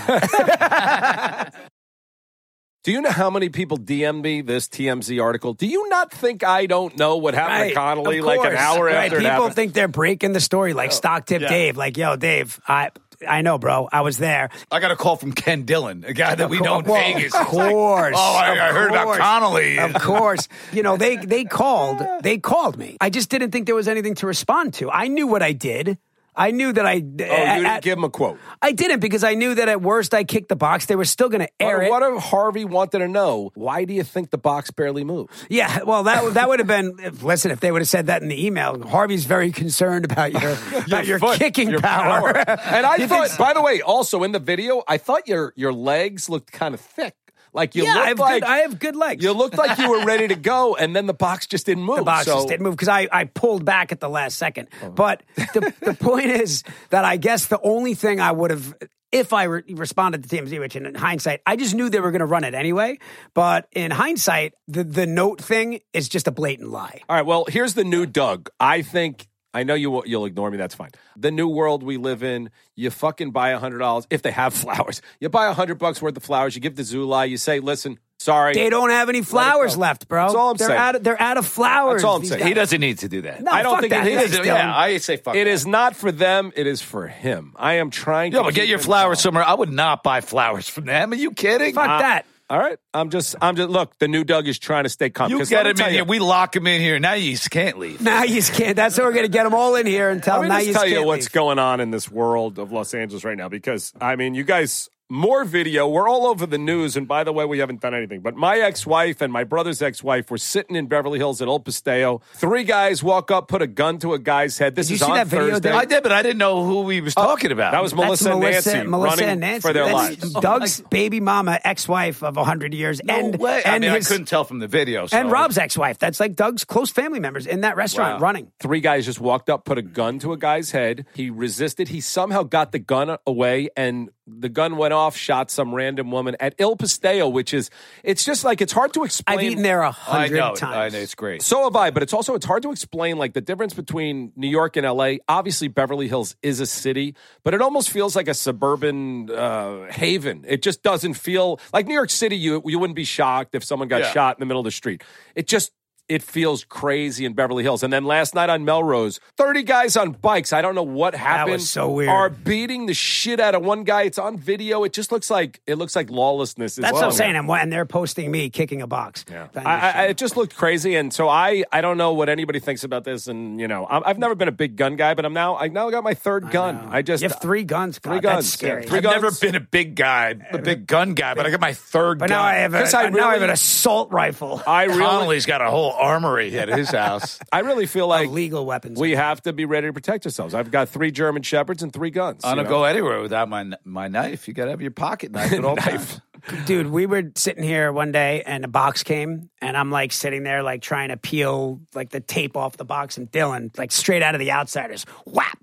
Speaker 3: Do you know how many people DM me this TMZ article? Do you not think I don't know what happened to Connolly
Speaker 5: of
Speaker 3: like an
Speaker 5: course.
Speaker 3: hour
Speaker 5: Right.
Speaker 3: after it
Speaker 5: People
Speaker 3: happened? Oh,
Speaker 5: think they're breaking the story like Stock Tip
Speaker 4: yeah.
Speaker 5: Dave. Like, yo, Dave, I, I know, bro. I was there.
Speaker 4: I got a call from Ken Dillon, a guy that we know in
Speaker 5: Well,
Speaker 4: Vegas.
Speaker 5: Of course.
Speaker 4: Oh, I, I
Speaker 5: of
Speaker 4: heard about
Speaker 5: course.
Speaker 4: Connolly.
Speaker 5: Of course. You know, they they called. They called me. I just didn't think there was anything to respond to. I knew what I did. I knew that I
Speaker 3: oh, you didn't
Speaker 5: at-
Speaker 3: give him a quote.
Speaker 5: I didn't because I knew that at worst I kicked the box. They were still going to air it.
Speaker 3: What if Harvey wanted to know why do you think the box barely moves?
Speaker 5: Yeah, well, that that would have been. Listen, if they would have said that in the email, Harvey's very concerned about your about your,
Speaker 3: foot,
Speaker 5: kicking
Speaker 3: your
Speaker 5: power.
Speaker 3: and I
Speaker 5: You
Speaker 3: thought,
Speaker 5: think so?
Speaker 3: by the way, also in the video, I thought your your legs looked kind of thick. Like you
Speaker 5: yeah,
Speaker 3: looked
Speaker 5: I have
Speaker 3: like
Speaker 5: good. I have good legs.
Speaker 3: you looked like you were ready to go, and then the box just didn't move.
Speaker 5: the boxes
Speaker 3: Oh, so- Oh.
Speaker 5: didn't move because I, I pulled back at the last second. But the, the point is that I guess the only thing I would have, if I re- responded to TMZ, which in hindsight, I just knew they were going to run it anyway. But in hindsight, the, the note thing is just a blatant lie.
Speaker 3: All right. Well, here's the new Doug. I think I know you. will- You'll ignore me. That's fine. The new world we live in. You fucking buy a hundred dollars if they have flowers. You buy a hundred bucks worth of flowers. You give the Zulai. You say, listen, sorry.
Speaker 5: They don't have any flowers
Speaker 3: go.
Speaker 5: left, bro.
Speaker 3: That's all I'm
Speaker 5: they're
Speaker 3: saying.
Speaker 5: Out of, they're out of flowers.
Speaker 3: That's all I'm
Speaker 5: these
Speaker 3: saying.
Speaker 5: guys.
Speaker 4: He doesn't need to do that.
Speaker 5: No,
Speaker 3: I don't
Speaker 5: fuck
Speaker 3: think
Speaker 5: that.
Speaker 3: it is.
Speaker 5: That's dumb.
Speaker 4: yeah, I say fuck.
Speaker 3: it
Speaker 4: that.
Speaker 3: is not for them. It is for him. I am trying.
Speaker 4: Yeah,
Speaker 3: to
Speaker 4: but get
Speaker 3: keep
Speaker 4: your
Speaker 3: him-
Speaker 4: flowers somewhere. I would not buy flowers from them. Are you kidding?
Speaker 5: Fuck that.
Speaker 3: All right. I'm just, I'm just, look, the new Doug is trying to stay calm.
Speaker 4: You
Speaker 3: 'Cause
Speaker 4: get
Speaker 3: let me
Speaker 4: him
Speaker 3: tell
Speaker 4: in
Speaker 3: you-
Speaker 4: here. We lock him in here. Now you can't leave.
Speaker 5: Now you can't. That's how we're going to get them all in here and tell
Speaker 3: Let me
Speaker 5: them. Now
Speaker 3: just
Speaker 5: you
Speaker 3: tell
Speaker 5: can't.
Speaker 3: Oh, you what's
Speaker 5: leave.
Speaker 3: going on in this world of Los Angeles right now because, I mean, you guys, more video. We're all over the news. And by the way, we haven't done anything. But my ex wife and my brother's ex wife were sitting in Beverly Hills at Old Paseo. Three guys walk up, put a gun to a guy's head. This
Speaker 5: Did you Oh,
Speaker 3: is
Speaker 5: see
Speaker 3: on
Speaker 5: that video,
Speaker 3: Thursday.
Speaker 5: Doug?
Speaker 4: I did, but I didn't know who he was talking about.
Speaker 3: that was Melissa,
Speaker 5: That's
Speaker 3: and
Speaker 5: Melissa,
Speaker 3: Nancy
Speaker 5: Melissa
Speaker 3: running
Speaker 5: and Nancy
Speaker 3: for their
Speaker 5: That's
Speaker 3: lives.
Speaker 5: Doug's baby mama, ex-wife of hundred years,
Speaker 4: no
Speaker 5: and
Speaker 4: way. I
Speaker 5: and
Speaker 4: mean,
Speaker 5: his
Speaker 4: I couldn't tell from the video. So.
Speaker 5: and Rob's ex-wife. That's like Doug's close family members in that restaurant
Speaker 4: Wow.
Speaker 5: running.
Speaker 3: Three guys just walked up, put a gun to a guy's head. He resisted. He somehow got the gun away, and the gun went off, shot some random woman at Il Pastel, which is, it's just like, it's hard to explain.
Speaker 5: I've eaten there a
Speaker 4: I
Speaker 5: hundred
Speaker 4: know.
Speaker 5: times.
Speaker 4: I know. It's great.
Speaker 3: So have I, but it's also, it's hard to explain like the difference between New York and LA. Obviously, Beverly Hills is a city, but it almost feels like a suburban uh, haven. It just doesn't feel like New York City. You, you wouldn't be shocked if someone got
Speaker 4: Yeah.
Speaker 3: shot in the middle of the street. It just, it feels crazy in Beverly Hills. And then last night on Melrose, 30 guys on bikes. I don't know what happened.
Speaker 5: was so weird.
Speaker 3: Are beating the shit out of one guy. It's on video. It just looks like it looks like lawlessness. is
Speaker 5: That's what I'm
Speaker 3: going
Speaker 5: saying. And when they're posting me kicking a box. Then
Speaker 3: I, I, it just looked crazy, and so I, I don't know what anybody thinks about this, and you know I'm, I've never been a big gun guy, but I'm now I now got my third gun. I just
Speaker 5: you have three guns. God,
Speaker 3: Three
Speaker 5: That's
Speaker 3: guns, yeah.
Speaker 5: scary.
Speaker 3: Three
Speaker 4: I've never
Speaker 3: guns.
Speaker 4: been a big guy, a big gun guy, Uh, but I got my third
Speaker 5: But
Speaker 4: gun.
Speaker 5: now I have a,
Speaker 3: Because I
Speaker 5: now I have
Speaker 3: really-
Speaker 5: an assault rifle.
Speaker 3: I really
Speaker 4: Connolly's got a whole armory at his house.
Speaker 3: I really feel like
Speaker 5: Illegal weapons.
Speaker 3: we have to be ready to protect ourselves. I've got three German shepherds and three guns.
Speaker 4: I
Speaker 3: you
Speaker 4: don't
Speaker 3: know?
Speaker 4: go anywhere without my my knife. You got to have your pocket knife at all times.
Speaker 5: Dude, we were sitting here one day and a box came and I'm like sitting there like trying to peel like the tape off the box and Dylan like straight out of the outsiders. Whap.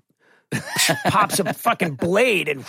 Speaker 5: pops a fucking blade and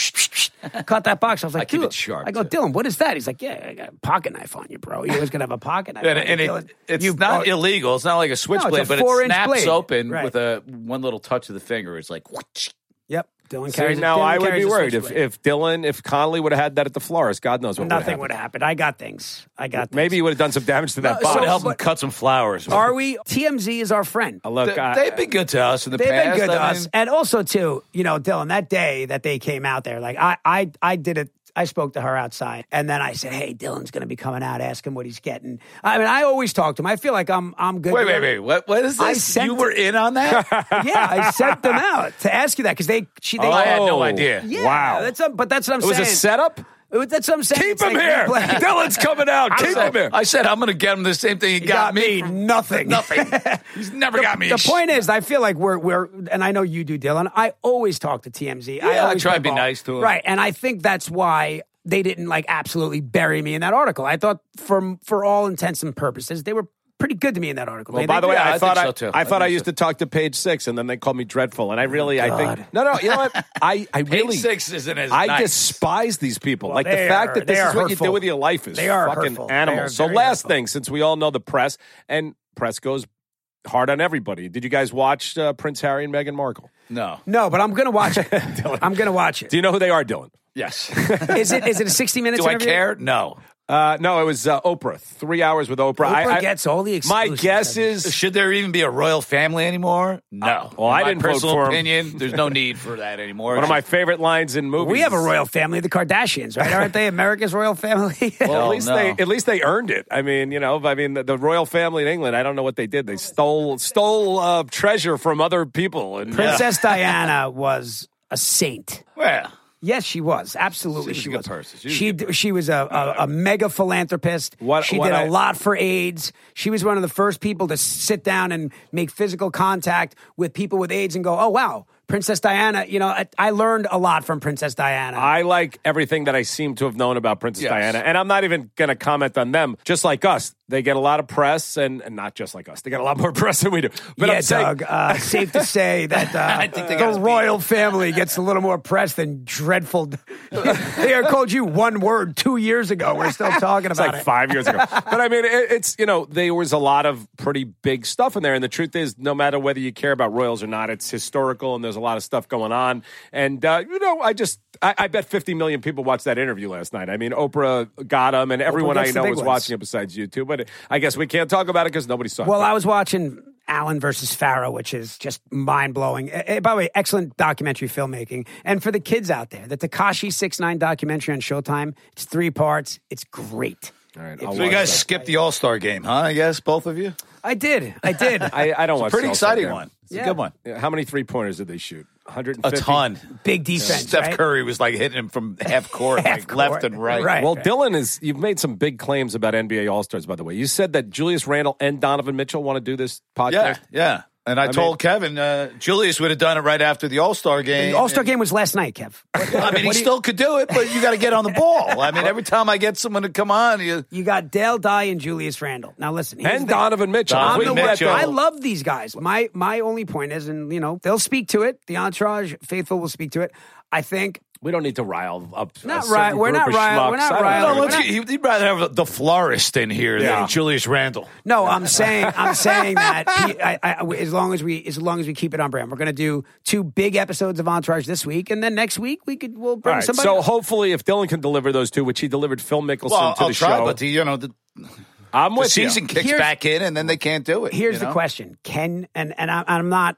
Speaker 5: caught that box. I was like,
Speaker 4: keep it
Speaker 5: "Dude."
Speaker 4: sharp,
Speaker 5: I go,
Speaker 4: too.
Speaker 5: Dylan, what is that? He's like, yeah, I got a pocket knife on you, bro. You always gonna have a pocket knife.
Speaker 4: And,
Speaker 5: on
Speaker 4: and
Speaker 5: you,
Speaker 4: it,
Speaker 5: Dylan.
Speaker 4: it's
Speaker 5: You-
Speaker 4: not
Speaker 5: oh,
Speaker 4: illegal. It's not like a switchblade, but it
Speaker 5: four-inch
Speaker 4: snaps
Speaker 5: blade.
Speaker 4: open
Speaker 5: Right.
Speaker 4: with a one little touch of the finger. It's like whoosh.
Speaker 5: Yep, Dylan
Speaker 3: See,
Speaker 5: carries.
Speaker 3: now
Speaker 5: Dylan
Speaker 3: I would
Speaker 5: carries
Speaker 3: be
Speaker 5: a
Speaker 3: worried if,
Speaker 5: switchblade.
Speaker 3: if Dylan, if Connolly would have had that at the florist, God knows what
Speaker 5: nothing
Speaker 3: would
Speaker 5: would have happened. I got things. I got things.
Speaker 3: Maybe he would have done some damage to that
Speaker 5: No,
Speaker 3: box.
Speaker 5: so-
Speaker 4: God help him
Speaker 5: but-
Speaker 4: cut some flowers.
Speaker 5: Are we? TMZ is our friend.
Speaker 3: Look,
Speaker 4: They,
Speaker 3: I-
Speaker 4: have Oh, been good to us in the
Speaker 5: They've
Speaker 4: past.
Speaker 5: been good to
Speaker 4: I
Speaker 5: us,
Speaker 4: mean,
Speaker 5: and also too, you know, Dylan. That day that they came out there, like I, I, I did it. I spoke to her outside, and then I said, "Hey, Dylan's going to be coming out. Ask him what he's getting." I mean, I always talk to him. I feel like I'm, I'm good.
Speaker 4: Wait,
Speaker 5: to
Speaker 4: wait,
Speaker 5: him.
Speaker 4: wait. What, what is this?
Speaker 5: I sent
Speaker 4: you were in on that?
Speaker 5: yeah, I sent them out to ask you that because they, she, they,
Speaker 4: Oh, I had no
Speaker 3: Oh,
Speaker 4: idea.
Speaker 5: yeah,
Speaker 3: Wow.
Speaker 5: That's a, but that's what I'm
Speaker 3: it was
Speaker 5: saying.
Speaker 3: a setup.
Speaker 5: It was- That's what I'm saying.
Speaker 3: Keep
Speaker 5: It's
Speaker 3: him
Speaker 5: like
Speaker 3: here.
Speaker 5: they're playing-
Speaker 3: Dylan's coming out. Keep him here.
Speaker 4: I said I'm going to get him the same thing he, got,
Speaker 5: got
Speaker 4: me.
Speaker 5: me,
Speaker 4: for
Speaker 5: nothing.
Speaker 4: Nothing. He's never got me. a
Speaker 5: The
Speaker 4: sh-
Speaker 5: point is, I feel like we're we're, and I know you do, Dylan. I always talk to TMZ.
Speaker 4: Yeah,
Speaker 5: I
Speaker 4: I
Speaker 5: always
Speaker 4: try to be
Speaker 5: pinball.
Speaker 4: nice to 'em.
Speaker 5: right? And I think that's why they didn't like absolutely bury me in that article. I thought, for for all intents and purposes, they were pretty good to me in that article.
Speaker 3: Well,
Speaker 5: They-
Speaker 3: by the
Speaker 5: they-
Speaker 3: way,
Speaker 4: yeah, I
Speaker 3: I,
Speaker 4: think
Speaker 3: thought
Speaker 4: so,
Speaker 3: I,
Speaker 4: too.
Speaker 3: I
Speaker 4: I
Speaker 3: thought
Speaker 4: think
Speaker 3: I used
Speaker 4: so.
Speaker 3: to talk to Page Six, and then they called me dreadful, and I really,
Speaker 5: Oh,
Speaker 3: I think, no, no, you know what? I, I
Speaker 4: Page
Speaker 3: really,
Speaker 4: six isn't as
Speaker 3: I
Speaker 4: nice.
Speaker 3: despise these people. like the
Speaker 5: they
Speaker 3: fact
Speaker 5: are-
Speaker 3: that
Speaker 5: they
Speaker 3: this is
Speaker 5: are
Speaker 3: what you
Speaker 5: hurtful.
Speaker 3: do with your life is
Speaker 5: They are
Speaker 3: fucking
Speaker 5: hurtful. They are
Speaker 3: animals. So,
Speaker 5: very
Speaker 3: last
Speaker 5: hurtful.
Speaker 3: thing, since we all know the press and press goes hard on everybody, did you guys watch uh, Prince Harry and Meghan Markle?
Speaker 4: no.
Speaker 5: no, but I'm gonna watch it. I'm gonna watch it.
Speaker 3: Do you know who they are, Dylan?
Speaker 4: Yes.
Speaker 5: Is it is it a 60 minutes?
Speaker 4: Do I
Speaker 5: interview?
Speaker 4: care? No.
Speaker 3: Uh, no, it was uh, Oprah. Three hours with Oprah.
Speaker 5: Oprah
Speaker 3: I, I,
Speaker 5: gets all the
Speaker 3: my
Speaker 5: exclusives,
Speaker 3: guess
Speaker 5: I think.
Speaker 3: is
Speaker 4: Should there even be a royal family anymore? No.
Speaker 3: well, I
Speaker 4: My
Speaker 3: didn't vote
Speaker 4: personal
Speaker 3: for 'em.
Speaker 4: opinion. There's no need for that anymore.
Speaker 3: one of my favorite lines in movies.
Speaker 5: We have a royal family, the Kardashians, right? Aren't they America's royal family?
Speaker 3: Well,
Speaker 4: Hell
Speaker 3: at least
Speaker 4: no.
Speaker 3: they at least they earned it. I mean, you know, I mean, the, the royal family in England. I don't know what they did. They stole stole uh, treasure from other people. And
Speaker 5: Princess Diana was a saint.
Speaker 4: well,
Speaker 5: Yes, she was. Absolutely,
Speaker 4: She
Speaker 5: she,
Speaker 4: was a good
Speaker 5: was.
Speaker 4: person. She
Speaker 5: She
Speaker 4: was a
Speaker 5: she, d- she was a, a, a mega philanthropist.
Speaker 3: What-
Speaker 5: she
Speaker 3: what
Speaker 5: did
Speaker 3: I-
Speaker 5: a lot for AIDS. She was one of the first people to sit down and make physical contact with people with AIDS and go, "Oh wow, Princess Diana." You know, I, I learned a lot from Princess Diana.
Speaker 3: I like everything that I seem to have known about Princess
Speaker 4: Yes.
Speaker 3: Diana, and I'm not even going to comment on them. Just like us, they get a lot of press, and, and not just like us, they get a lot more press than we do. But
Speaker 5: yeah,
Speaker 3: I'm saying,
Speaker 5: Doug. Uh, safe to say that uh,
Speaker 4: think they got us
Speaker 5: the
Speaker 4: beat.
Speaker 5: royal family gets a little more press than dreadful. they called you one word two years ago. We're still talking
Speaker 3: It's
Speaker 5: about
Speaker 3: like
Speaker 5: it.
Speaker 3: five years ago. but I mean, it, it's you know there was a lot of pretty big stuff in there, and the truth is, no matter whether you care about Royals or not, it's historical, and there's a lot of stuff going on. And uh, you know, I just I, I bet 50 million people watched that interview last night. I mean, Oprah got him, and everyone I
Speaker 5: gets the
Speaker 3: know
Speaker 5: big
Speaker 3: was
Speaker 5: ones.
Speaker 3: watching it besides you two. But I guess we can't talk about it because nobody saw it.
Speaker 5: Well, I was watching Allen versus Farrow, which is just mind blowing. By the way, excellent documentary filmmaking. And for the kids out there, the Takashi Six Nine documentary on Showtime. It's three parts. It's great.
Speaker 3: All right.
Speaker 5: If
Speaker 3: I'll
Speaker 4: So you
Speaker 3: watch
Speaker 4: guys
Speaker 3: that.
Speaker 4: skipped the All Star game, huh? I guess both of you.
Speaker 5: I did. I did.
Speaker 3: I, I don't watch.
Speaker 4: Pretty
Speaker 3: the All-Star
Speaker 4: exciting
Speaker 3: game.
Speaker 4: one. It's
Speaker 5: Yeah.
Speaker 4: a good one.
Speaker 3: Yeah, How many three pointers did they shoot? 150.
Speaker 4: A ton.
Speaker 5: Big defense.
Speaker 4: Steph
Speaker 5: right?
Speaker 4: Curry was like hitting him from half court,
Speaker 5: Half
Speaker 4: like left
Speaker 5: court.
Speaker 4: and right.
Speaker 5: Right.
Speaker 3: Well, Dylan is. You've made some big claims about NBA All Stars, by the way. You said that Julius Randle and Donovan Mitchell want to do this podcast.
Speaker 4: Yeah, yeah. And I, told Kevin uh, Julius would have done it right after the All Star game.
Speaker 5: The All Star game was last night, Kev.
Speaker 4: I mean, he still could do it, but you got to get on the ball. I mean, every time I get someone to come on, you,
Speaker 5: You got Dale Dye and Julius Randle. Now listen, here's
Speaker 3: And
Speaker 5: the-
Speaker 3: Donovan Mitchell.
Speaker 5: I'm
Speaker 4: Donovan
Speaker 5: the
Speaker 3: Wait, that
Speaker 4: Mitchell.
Speaker 5: one. I
Speaker 3: though.
Speaker 5: love these guys. My my only point is, and you know, they'll speak to it. The entourage, faithful will speak to it. I think
Speaker 3: We don't need to rile up. a
Speaker 5: Not
Speaker 3: certain
Speaker 5: rile- we're
Speaker 3: group
Speaker 5: not
Speaker 3: of
Speaker 5: rile- we're
Speaker 3: schmucks.
Speaker 5: not
Speaker 3: I don't
Speaker 5: riling.
Speaker 3: know.
Speaker 5: No, let's-
Speaker 4: Let's- he- he'd rather have the florist in here
Speaker 3: Yeah.
Speaker 4: than Julius Randle.
Speaker 5: No, I'm saying I'm saying that I, I, as long as we as long as we keep it on brand, we're going to do two big episodes of Entourage this week, and then next week we could we'll
Speaker 3: All
Speaker 5: bring
Speaker 3: right,
Speaker 5: somebody.
Speaker 3: so hopefully, if Dylan can deliver those two, which he delivered Phil Mickelson
Speaker 4: Well,
Speaker 3: to
Speaker 4: I'll
Speaker 3: the
Speaker 4: try,
Speaker 3: show,
Speaker 4: but the, you know, the,
Speaker 3: I'm
Speaker 4: the
Speaker 3: with you.
Speaker 4: season kicks
Speaker 5: Here's-
Speaker 4: back in, and then they can't do it.
Speaker 5: Here's
Speaker 4: you
Speaker 5: the
Speaker 4: know?
Speaker 5: question: Can and and I, I'm not.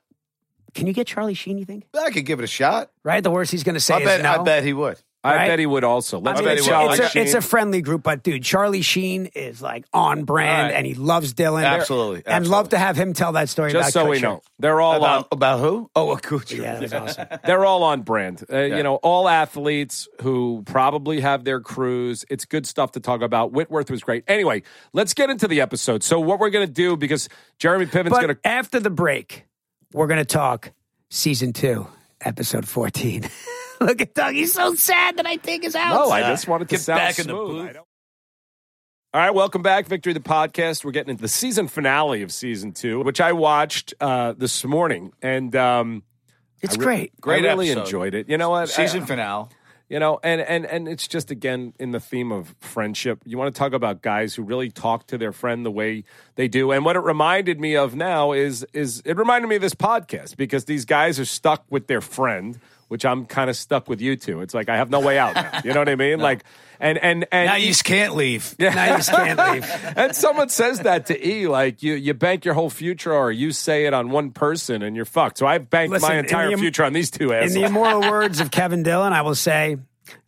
Speaker 5: Can you get Charlie Sheen? You think?
Speaker 4: I could give it a shot.
Speaker 5: Right. The worst he's going to say
Speaker 4: I
Speaker 5: is
Speaker 4: bet.
Speaker 5: no.
Speaker 4: I bet he would.
Speaker 3: I
Speaker 5: right?
Speaker 3: bet he would also. Let's
Speaker 5: I mean,
Speaker 4: bet
Speaker 3: get
Speaker 5: it's,
Speaker 4: he
Speaker 5: a,
Speaker 4: will.
Speaker 3: Charlie
Speaker 5: it's, a,
Speaker 3: Sheen.
Speaker 5: it's a friendly group, but dude, Charlie Sheen is like on brand,
Speaker 3: All right.
Speaker 5: and he loves Dylan.
Speaker 4: Absolutely,
Speaker 5: and love
Speaker 4: absolutely.
Speaker 5: to have him tell that story.
Speaker 3: Just
Speaker 5: about
Speaker 3: so we
Speaker 5: Kutcher.
Speaker 3: know, they're all on.
Speaker 4: About about who? Oh, Akuchi.
Speaker 5: Yeah, that was awesome.
Speaker 3: They're all on brand. Uh, You know, all athletes who probably have their crews. It's good stuff to talk about. Whitworth was great. Anyway, let's get into the episode. So, what we're going to do because Jeremy Piven's
Speaker 5: But
Speaker 3: going to
Speaker 5: after the break, we're going to talk season two, episode 14. Look at Doug. He's so sad that I take his out.
Speaker 3: No, I just wanted to
Speaker 4: Get
Speaker 3: sound
Speaker 4: back in the
Speaker 3: smooth.
Speaker 4: booth.
Speaker 3: I don't- All right, welcome back, Victory the podcast. We're getting into the season finale of season two, which I watched uh, this morning, and um,
Speaker 5: it's
Speaker 3: I re-
Speaker 5: great.
Speaker 4: Great
Speaker 3: I really
Speaker 4: episode.
Speaker 3: enjoyed it. You know what? I-
Speaker 4: Season finale.
Speaker 3: you know, and and and it's just again in the theme of friendship. You want to talk about guys who really talk to their friend the way they do, and what it reminded me of now is is it reminded me of this podcast because these guys are stuck with their friend, which I'm kind of stuck with you two. It's like I have no way out. Now, you know what I mean? Like, and and and
Speaker 4: Now you just can't leave.
Speaker 5: Now you just can't leave.
Speaker 3: and someone says that to E, like you, you bank your whole future, or you say it on one person, and you're fucked. So I've banked
Speaker 5: Listen,
Speaker 3: my
Speaker 5: in
Speaker 3: entire
Speaker 5: the im-
Speaker 3: future on these two
Speaker 5: In
Speaker 3: assholes.
Speaker 5: the immortal words of Kevin Dillon, I will say,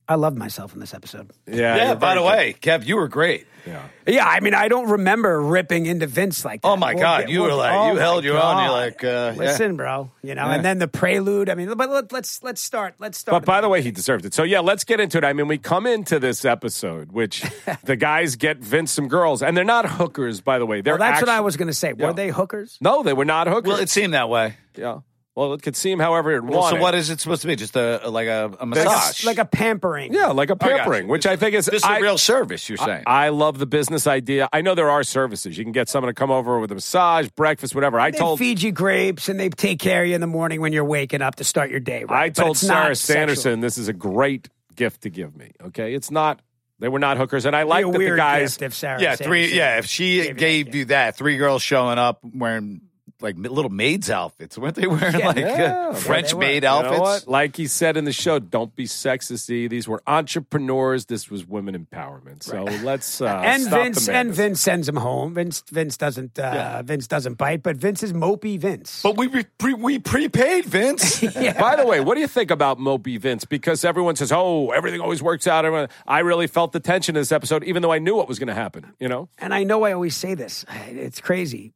Speaker 5: I love myself in this episode.
Speaker 3: yeah.
Speaker 4: Yeah.
Speaker 3: you're
Speaker 4: By
Speaker 3: very
Speaker 4: the
Speaker 3: good.
Speaker 4: way, Kev, you were great.
Speaker 3: yeah.
Speaker 5: Yeah, I mean, I don't remember ripping into Vince like that.
Speaker 4: Oh my
Speaker 5: We'll
Speaker 4: God,
Speaker 5: get-
Speaker 4: you were
Speaker 5: we'll-
Speaker 4: like-
Speaker 5: oh
Speaker 4: you
Speaker 5: my
Speaker 4: held your own. You're
Speaker 5: God.
Speaker 4: like, uh, yeah.
Speaker 5: listen, bro. You know, and then the prelude. I mean, but let, let's let's start. Let's start.
Speaker 3: But by the way, he deserved it. So yeah, let's get into it. I mean, we come into this episode, which the guys get Vince some girls, and they're not hookers, by the way. They're
Speaker 5: well, that's what
Speaker 3: actu-
Speaker 5: I was going to say. Were
Speaker 3: Yeah.
Speaker 5: they hookers?
Speaker 3: No, they were not hookers.
Speaker 4: Well, it seemed that way.
Speaker 3: yeah. Well, it could seem however it
Speaker 4: Well,
Speaker 3: wanted.
Speaker 4: so what is it supposed to be? Just a like a, a
Speaker 5: Like a-
Speaker 4: massage,
Speaker 5: Like a pampering.
Speaker 3: yeah, like a
Speaker 4: I got
Speaker 3: pampering,
Speaker 4: you.
Speaker 3: which I think is
Speaker 4: Oh, This is
Speaker 3: I-
Speaker 4: a real service. You're saying.
Speaker 3: I love the business idea. I know there are services. You can get someone to come over with a massage, breakfast, whatever. I
Speaker 5: They
Speaker 3: told
Speaker 5: feed you grapes and they take care of you in the morning when you're waking up to start your day. Right?
Speaker 3: I
Speaker 5: But
Speaker 3: told
Speaker 5: it's not
Speaker 3: Sarah
Speaker 5: sexual.
Speaker 3: Sanderson this is a great gift to give me. Okay. It's not they were not hookers. And I
Speaker 5: It'd
Speaker 3: like
Speaker 5: be a
Speaker 3: that
Speaker 5: weird
Speaker 3: the guys
Speaker 5: gift if Sarah.
Speaker 4: yeah,
Speaker 5: Sanderson-
Speaker 4: three. Yeah, if she
Speaker 5: you
Speaker 4: gave,
Speaker 5: that,
Speaker 4: you that, three girls showing up wearing like mi- little maids outfits. Weren't they wearing
Speaker 5: Yeah.
Speaker 4: like
Speaker 5: Yeah,
Speaker 4: uh,
Speaker 3: they
Speaker 4: French
Speaker 5: were.
Speaker 4: maid
Speaker 5: You
Speaker 3: You know
Speaker 4: outfits?
Speaker 3: what? Like he said in the show, don't be sexist. E. These were entrepreneurs. This was women empowerment. So let's uh,
Speaker 5: And
Speaker 3: stop the
Speaker 5: Vince and
Speaker 3: madness.
Speaker 5: Vince sends him home. Vince Vince doesn't uh, Vince doesn't bite, but Vince is mopey Vince.
Speaker 4: But we re- pre- we prepaid Vince.
Speaker 3: By the way, what do you think about Mopey Vince? Because everyone says, "Oh, everything always works out." Everyone, I really felt the tension in this episode, even though I knew what was going to happen. You know,
Speaker 5: And I know I always say this. It's crazy,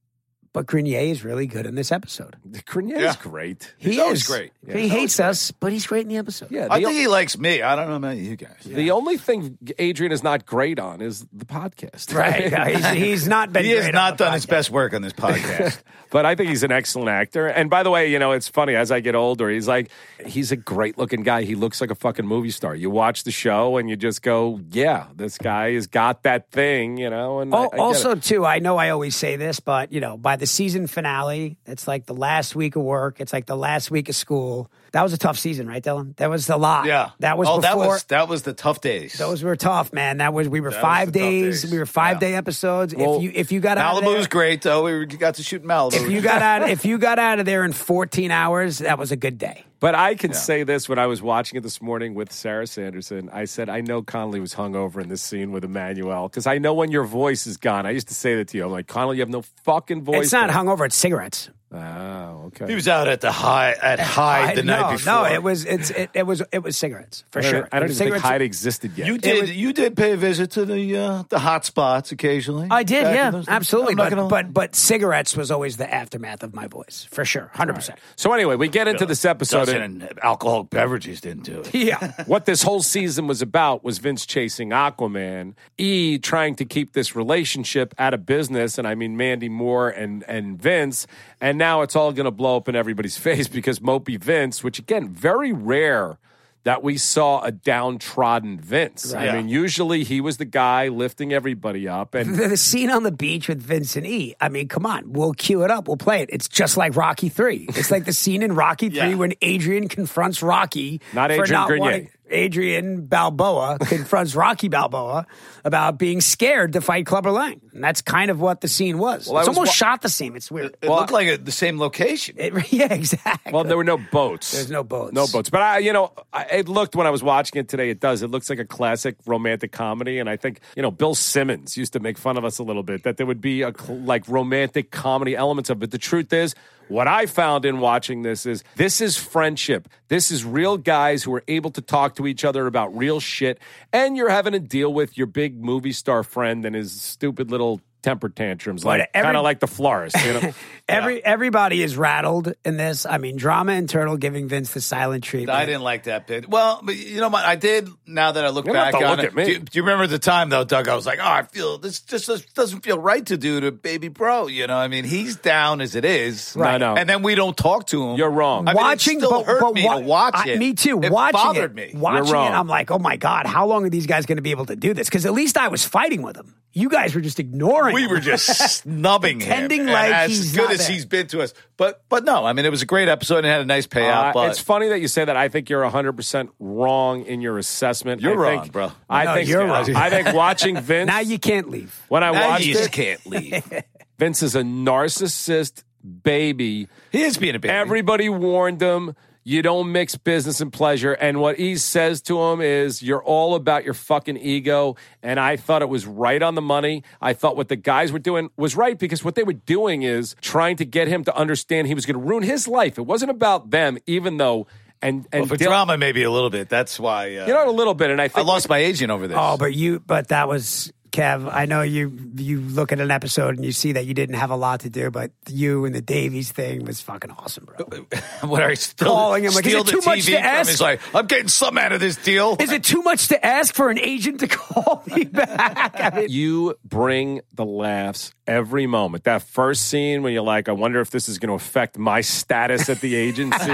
Speaker 5: but Grenier is really good in this episode.
Speaker 3: Crenier's
Speaker 4: Yeah.
Speaker 3: great.
Speaker 5: He
Speaker 4: He's
Speaker 5: is
Speaker 4: always great. Yeah,
Speaker 5: he hates us, but he's great in the episode.
Speaker 3: Yeah,
Speaker 4: I
Speaker 3: the,
Speaker 4: think he likes me. I don't know about you guys.
Speaker 3: the only thing Adrian is not great on is the podcast.
Speaker 5: Right. No, he's, he's not been.
Speaker 4: He has
Speaker 5: great
Speaker 4: not
Speaker 5: on
Speaker 4: done
Speaker 5: the
Speaker 4: his
Speaker 5: podcast.
Speaker 4: best work on this podcast.
Speaker 3: But I think he's an excellent actor. And by the way, you know, it's funny as I get older, he's like, he's a great looking guy. He looks like a fucking movie star. You watch the show and you just go, yeah, this guy has got that thing, you know. And I-
Speaker 5: Al
Speaker 3: I get
Speaker 5: also,
Speaker 3: it.
Speaker 5: too, I know I always say this, but you know, by the season finale, it's like the last week of work. It's like the last week of school. That was a tough season, right, Dylan? That was a lot.
Speaker 4: yeah,
Speaker 5: that was
Speaker 4: oh,
Speaker 5: before.
Speaker 4: that was that was the tough days.
Speaker 5: those were tough, man. That was we were
Speaker 4: was
Speaker 5: five
Speaker 4: the tough
Speaker 5: days,
Speaker 4: days.
Speaker 5: We were five
Speaker 4: Yeah.
Speaker 5: day episodes.
Speaker 3: Well,
Speaker 5: if you if you got out of
Speaker 4: Malibu was
Speaker 5: there,
Speaker 4: great though. We got to shoot Malibu.
Speaker 5: if you got out if you got out of there in fourteen hours, that was a good day.
Speaker 3: But I can say this when I was watching it this morning with Sarah Sanderson. I said, I know Connolly was hungover in this scene with Emmanuel because I know when your voice is gone. I used to say that to you. I'm like, Connolly, you have no fucking voice.
Speaker 5: It's not
Speaker 3: man."
Speaker 5: hungover; it's cigarettes.
Speaker 3: Oh, okay.
Speaker 4: He was out at the high at Hyde the
Speaker 5: I- no,
Speaker 4: night before.
Speaker 5: No, it was it's it, it was it was cigarettes for
Speaker 3: I don't,
Speaker 5: sure.
Speaker 3: I don't
Speaker 5: It was
Speaker 3: even think
Speaker 5: cigarettes.
Speaker 3: Hyde existed yet.
Speaker 4: You did.
Speaker 5: was-
Speaker 4: you did pay a visit to the uh, the hot spots occasionally.
Speaker 5: I did,
Speaker 4: Back in
Speaker 5: yeah,
Speaker 4: those days.
Speaker 5: absolutely.
Speaker 4: I'm not
Speaker 5: But,
Speaker 4: gonna-
Speaker 5: but but cigarettes was always the aftermath of my voice for sure, hundred percent.
Speaker 3: so anyway, we get into this episode. and-
Speaker 4: dozen alcoholic beverages didn't do it.
Speaker 5: Yeah.
Speaker 3: what this whole season was about was Vince chasing Aquaman, E trying to keep this relationship out of business, and I mean Mandy Moore and and Vince, and now it's all going to blow up in everybody's face because Mopey Vince, which again very rare that we saw a downtrodden Vince. I
Speaker 4: Right.
Speaker 3: mean, usually he was the guy lifting everybody up, and
Speaker 5: the, the scene on the beach with Vincent E. I mean, come on, we'll cue it up, we'll play it. It's just like Rocky Three. It's like the scene in Rocky
Speaker 4: Yeah.
Speaker 5: Three when Adrian confronts Rocky.
Speaker 3: Not
Speaker 5: for
Speaker 3: Adrian
Speaker 5: not
Speaker 3: Grenier.
Speaker 5: wanting- Adrian Balboa confronts Rocky Balboa about being scared to fight Clubber Lang, and that's kind of what the scene was.
Speaker 3: I was
Speaker 5: it's almost
Speaker 3: wa-
Speaker 5: shot the same. It's weird.
Speaker 4: It looked like a, the same location.
Speaker 5: It- yeah, exactly.
Speaker 3: well, there were no boats.
Speaker 5: There's no boats.
Speaker 3: No boats. But I, you know, I, it looked when I was watching it today. It does. It looks like a classic romantic comedy. And I think you know, Bill Simmons used to make fun of us a little bit that there would be a cl- like romantic comedy elements of it. But the truth is, what I found in watching this is this is friendship. This is real guys who are able to talk to each other about real shit. And you're having to deal with your big movie star friend and his stupid little temper tantrums, like
Speaker 5: every-
Speaker 3: kind of like the florist. You know?
Speaker 5: Every everybody is rattled in this. I mean, drama and turtle giving Vince the silent treatment.
Speaker 4: I didn't like that bit. Well, but you know what? I did. Now that I look
Speaker 3: You don't have
Speaker 4: back
Speaker 3: to
Speaker 4: on
Speaker 3: look
Speaker 4: it,
Speaker 3: at me.
Speaker 4: Do, you, do you remember the time though, Doug? I was like, oh, I feel this just this doesn't feel right to do to baby bro. You know, I mean, he's down as it is.
Speaker 3: Right. No, no.
Speaker 4: And then we don't talk to him.
Speaker 3: You're wrong.
Speaker 4: I mean, it
Speaker 5: watching,
Speaker 4: still
Speaker 5: but,
Speaker 4: hurt
Speaker 5: but
Speaker 4: me
Speaker 5: wa-
Speaker 4: to watch
Speaker 5: I-
Speaker 4: it.
Speaker 5: me too.
Speaker 4: It
Speaker 5: watching
Speaker 4: bothered me.
Speaker 5: it, Watching
Speaker 3: wrong.
Speaker 5: it, I'm like, oh my god, how long are these guys going to be able to do this? Because at least I was fighting with them. You guys were just ignoring.
Speaker 4: we
Speaker 5: him.
Speaker 4: were just snubbing
Speaker 5: Pretending
Speaker 4: him, and
Speaker 5: like
Speaker 4: as
Speaker 5: he's
Speaker 4: good
Speaker 5: not
Speaker 4: as
Speaker 5: there.
Speaker 4: he's been to us. But but no, I mean, it was a great episode and it had a nice payout.
Speaker 3: Uh,
Speaker 4: but
Speaker 3: it's funny that you say that. I think you're 100% wrong in your assessment.
Speaker 4: You're
Speaker 3: I
Speaker 4: wrong,
Speaker 3: think,
Speaker 4: bro.
Speaker 3: I
Speaker 5: No,
Speaker 3: think
Speaker 5: you're wrong.
Speaker 3: I think watching Vince
Speaker 5: now you can't leave.
Speaker 3: when I
Speaker 4: Now
Speaker 3: watched
Speaker 4: you
Speaker 3: it,
Speaker 4: just can't leave.
Speaker 3: Vince is a narcissist baby.
Speaker 4: he is being a baby.
Speaker 3: Everybody warned him. You don't mix business and pleasure. And what he says to him is, You're all about your fucking ego. And I thought it was right on the money. I thought what the guys were doing was right because what they were doing is trying to get him to understand he was going to ruin his life. It wasn't about them, even though. And, and
Speaker 4: for
Speaker 3: Dylan-
Speaker 4: drama, maybe a little bit. That's why uh,
Speaker 3: You know, a little bit, and I
Speaker 4: I
Speaker 3: think
Speaker 4: lost my agent over this.
Speaker 5: Oh, but you, but that was Kev. I know you. You look at an episode and you see that you didn't have a lot to do, but you and the Davies thing was fucking awesome, bro.
Speaker 4: when I still
Speaker 5: Calling him, like, is
Speaker 4: steal
Speaker 5: it
Speaker 4: the
Speaker 5: too
Speaker 4: TV
Speaker 5: much to
Speaker 4: from him,
Speaker 5: ask?
Speaker 4: He's like, I'm getting some out of this deal.
Speaker 5: Is it too much to ask for an agent to call me back? I mean,
Speaker 3: you bring the laughs every moment. That first scene when you're like, I wonder if this is going to affect my status at the agency.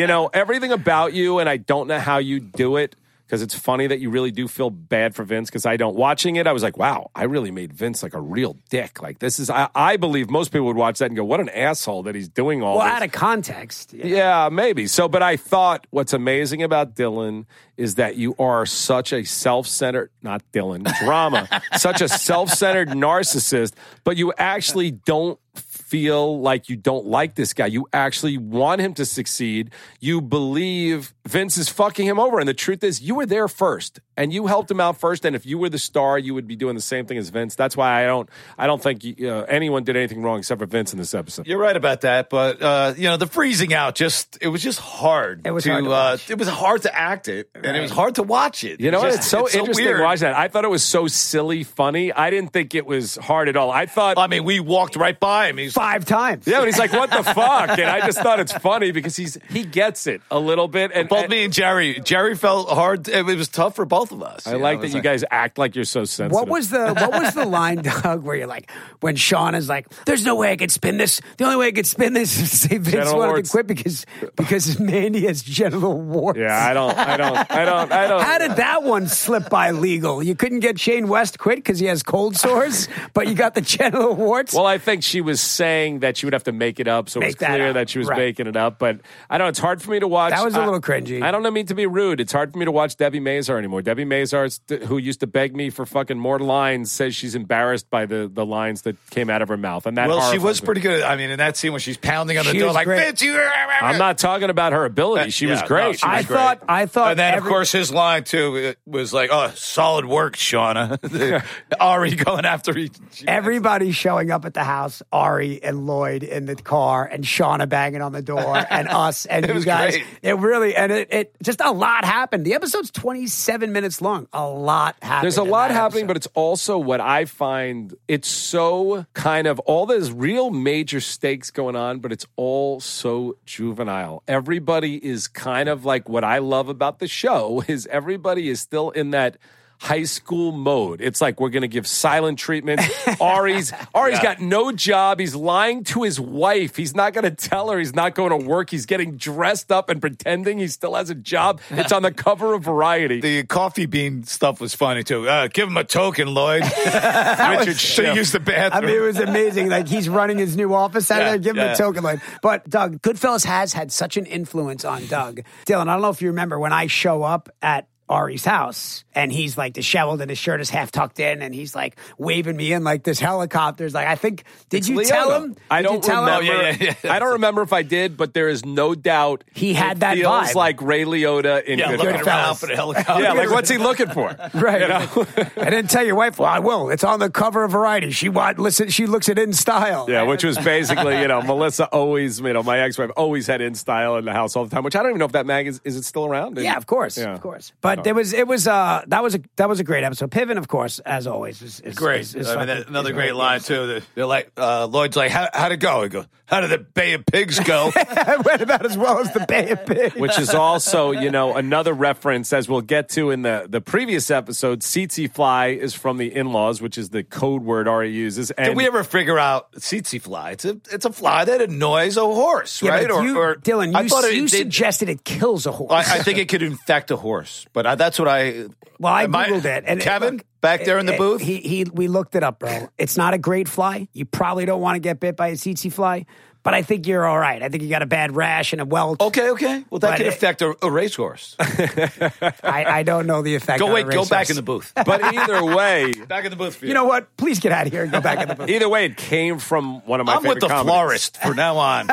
Speaker 3: you know, everything about you, and I don't know how you do it because it's funny that you really do feel bad for Vince because I don't. Watching it, I was like, wow, I really made Vince like a real dick. Like, this is, I, I believe most people would watch that and go, what an asshole that he's doing all
Speaker 5: well,
Speaker 3: this.
Speaker 5: out of context. Yeah.
Speaker 3: Yeah, maybe. So, but I thought what's amazing about Dylan is that you are such a self centered, not Dylan, drama, such a self centered narcissist, but you actually don't feel like you don't like this guy. You actually want him to succeed. You believe Vince is fucking him over. And the truth is, you were there first and you helped him out first. And if you were the star, you would be doing the same thing as Vince. That's why I don't, I don't think uh, anyone did anything wrong except for Vince in this episode.
Speaker 4: You're right about that, but uh, you know the freezing out just it was just hard.
Speaker 5: It was
Speaker 4: to,
Speaker 5: hard to
Speaker 4: uh,
Speaker 5: watch.
Speaker 4: it was hard to act it, and it was hard to watch it.
Speaker 3: You know,
Speaker 4: It was
Speaker 3: what?
Speaker 4: just-
Speaker 3: it's so interesting
Speaker 4: weird.
Speaker 3: watching that. I thought it was so silly, funny. I didn't think it was hard at all. I thought,
Speaker 4: I mean, we walked right by him. He's
Speaker 5: Five times.
Speaker 3: yeah, and he's like, "What the fuck?" And I just thought it's funny because he's he gets it a little bit. And
Speaker 4: both
Speaker 3: and
Speaker 4: me and Jerry. Jerry felt hard. It was tough for both of us.
Speaker 3: I like that you guys act like you're so sensitive.
Speaker 5: What was the what was the line, Doug, where you're like when Sean is like, There's no way I could spin this. The only way I could spin this is say Vince
Speaker 3: Genital
Speaker 5: wanted
Speaker 3: warts.
Speaker 5: to quit because because Mandy has genital warts.
Speaker 3: Yeah, I don't, I don't, I don't, I don't.
Speaker 5: How did that one slip by legal? You couldn't get Shane West quit because he has cold sores, but you got the genital warts.
Speaker 3: Well, I think she was saying that she would have to make it up, so it was
Speaker 5: Make that
Speaker 3: clear
Speaker 5: up,
Speaker 3: that she was
Speaker 5: right.
Speaker 3: making it up. But I don't. know. It's hard for me to watch.
Speaker 5: That was a
Speaker 3: I-
Speaker 5: little cringy.
Speaker 3: I don't know, mean to be rude. It's hard for me to watch Debbie Mazar anymore. Debbie Mazar, who used to beg me for fucking more lines, says she's embarrassed by the the lines that came out of her mouth, and that.
Speaker 4: Well, she
Speaker 3: horrifies
Speaker 4: was
Speaker 3: me.
Speaker 4: pretty good. I mean, in that scene when she's pounding on the
Speaker 5: She
Speaker 4: door,
Speaker 5: was
Speaker 4: like
Speaker 5: great.
Speaker 4: Vince, you.
Speaker 3: I'm not talking about her
Speaker 5: Uh,
Speaker 3: ability. She was
Speaker 4: Yeah, no,
Speaker 3: great.
Speaker 4: she was
Speaker 5: I thought- I thought
Speaker 4: and then
Speaker 5: every-
Speaker 4: of course his line too uh, was like, "Oh, solid work, Shauna." Ari going after each.
Speaker 5: Everybody's showing up at the house. Ari Kelly and Lloyd in the car and Shauna banging on the door and us and you
Speaker 4: was
Speaker 5: guys.
Speaker 4: great.
Speaker 5: It really and it, it just a lot happened. The episode's 27 minutes long. A lot happened.
Speaker 3: There's a
Speaker 5: in
Speaker 3: lot
Speaker 5: that
Speaker 3: happening,
Speaker 5: episode.
Speaker 3: but it's also what I find it's so kind of all there's real major stakes going on, but it's all so juvenile. Everybody is kind of like what I love about the show is everybody is still in that high school mode. It's like we're going to give silent treatment. Ari's Ari's got no job. He's lying to his wife. He's not going to tell her he's not going to work. He's getting dressed up and pretending he still has a job. It's on the cover of Variety.
Speaker 4: The coffee bean stuff was funny too. Uh, give him a token, Lloyd. Richard should use the
Speaker 5: I
Speaker 4: bathroom.
Speaker 5: mean, it was amazing. Like he's running his new office out
Speaker 4: Yeah,
Speaker 5: there. Give him
Speaker 4: yeah.
Speaker 5: a token line. But Doug, Goodfellas has had such an influence on Doug. Dylan, I don't know if you remember when I show up at Ari's house and he's like disheveled and his shirt is half tucked in and he's like waving me in like this helicopter's like I think did you tell
Speaker 4: Leona.
Speaker 5: him?
Speaker 3: I
Speaker 5: Did you
Speaker 3: don't
Speaker 5: tell
Speaker 3: remember.
Speaker 5: Him?
Speaker 4: Yeah, yeah, yeah.
Speaker 3: I don't remember if I did, but there is no doubt
Speaker 5: He had
Speaker 3: it
Speaker 5: that
Speaker 3: feels
Speaker 5: vibe.
Speaker 3: like Ray Liotta in
Speaker 4: yeah,
Speaker 3: Goodfellas.
Speaker 4: looking around
Speaker 5: Goodfellas.
Speaker 4: for the helicopter.
Speaker 3: Yeah, like what's he looking for?
Speaker 5: Right. I didn't tell your wife. Well, I will. It's on the cover of Variety. She wa- listen. She looks at in style.
Speaker 3: Yeah, which was basically, you know, Melissa always, you know, my ex-wife always had in style in the house all the time, which I don't even know if that mag is, is it still around?
Speaker 5: Yeah, of course,
Speaker 3: Yeah.
Speaker 5: of course.
Speaker 4: Oh.
Speaker 5: But it was it was uh that was a that was a great episode. Piven, of course, as always, is, is
Speaker 4: Great.
Speaker 5: Is, is
Speaker 4: I mean,
Speaker 5: fucking-
Speaker 4: that- another
Speaker 5: is
Speaker 4: great line too. They're- They're like, uh, Lloyd's like, How, how'd it go? He goes, how did the Bay of Pigs go?
Speaker 5: I went about as well as the Bay of Pigs.
Speaker 3: Which is also, you know, another reference as we'll get to in the, the previous episode. CT Fly is from the in-laws, which is the code word Ari uses. And
Speaker 4: Did we ever figure out tsetse fly? It's a it's a fly that annoys a horse,
Speaker 5: Yeah,
Speaker 4: right?
Speaker 5: but you, Dylan,
Speaker 4: I
Speaker 5: you,
Speaker 4: thought it-
Speaker 5: you
Speaker 4: they-
Speaker 5: suggested it kills a horse.
Speaker 4: I, I think it could infect a horse, but I, that's what I.
Speaker 5: well, I
Speaker 4: Am I-
Speaker 5: googled it, and
Speaker 4: Kevin
Speaker 5: look,
Speaker 4: back there in the
Speaker 5: it-
Speaker 4: booth.
Speaker 5: He, he, we looked it up, bro. It's not a great fly. You probably don't want to get bit by a tsetse fly, but I think you're all right. I think you got a bad rash and a welt.
Speaker 4: okay, okay. Well, that
Speaker 5: But
Speaker 4: could
Speaker 5: it-
Speaker 4: affect a, a racehorse.
Speaker 5: I, I don't know the effect.
Speaker 4: Go
Speaker 5: on a
Speaker 4: wait, go back
Speaker 5: racehorse.
Speaker 4: in the booth.
Speaker 3: but either way,
Speaker 4: Back in the booth. For
Speaker 5: You know what? Please get out of here and go back in the booth.
Speaker 3: either way, it came from one of my
Speaker 4: I'm
Speaker 3: favorite
Speaker 4: with the
Speaker 3: comedies.
Speaker 4: florist from now on.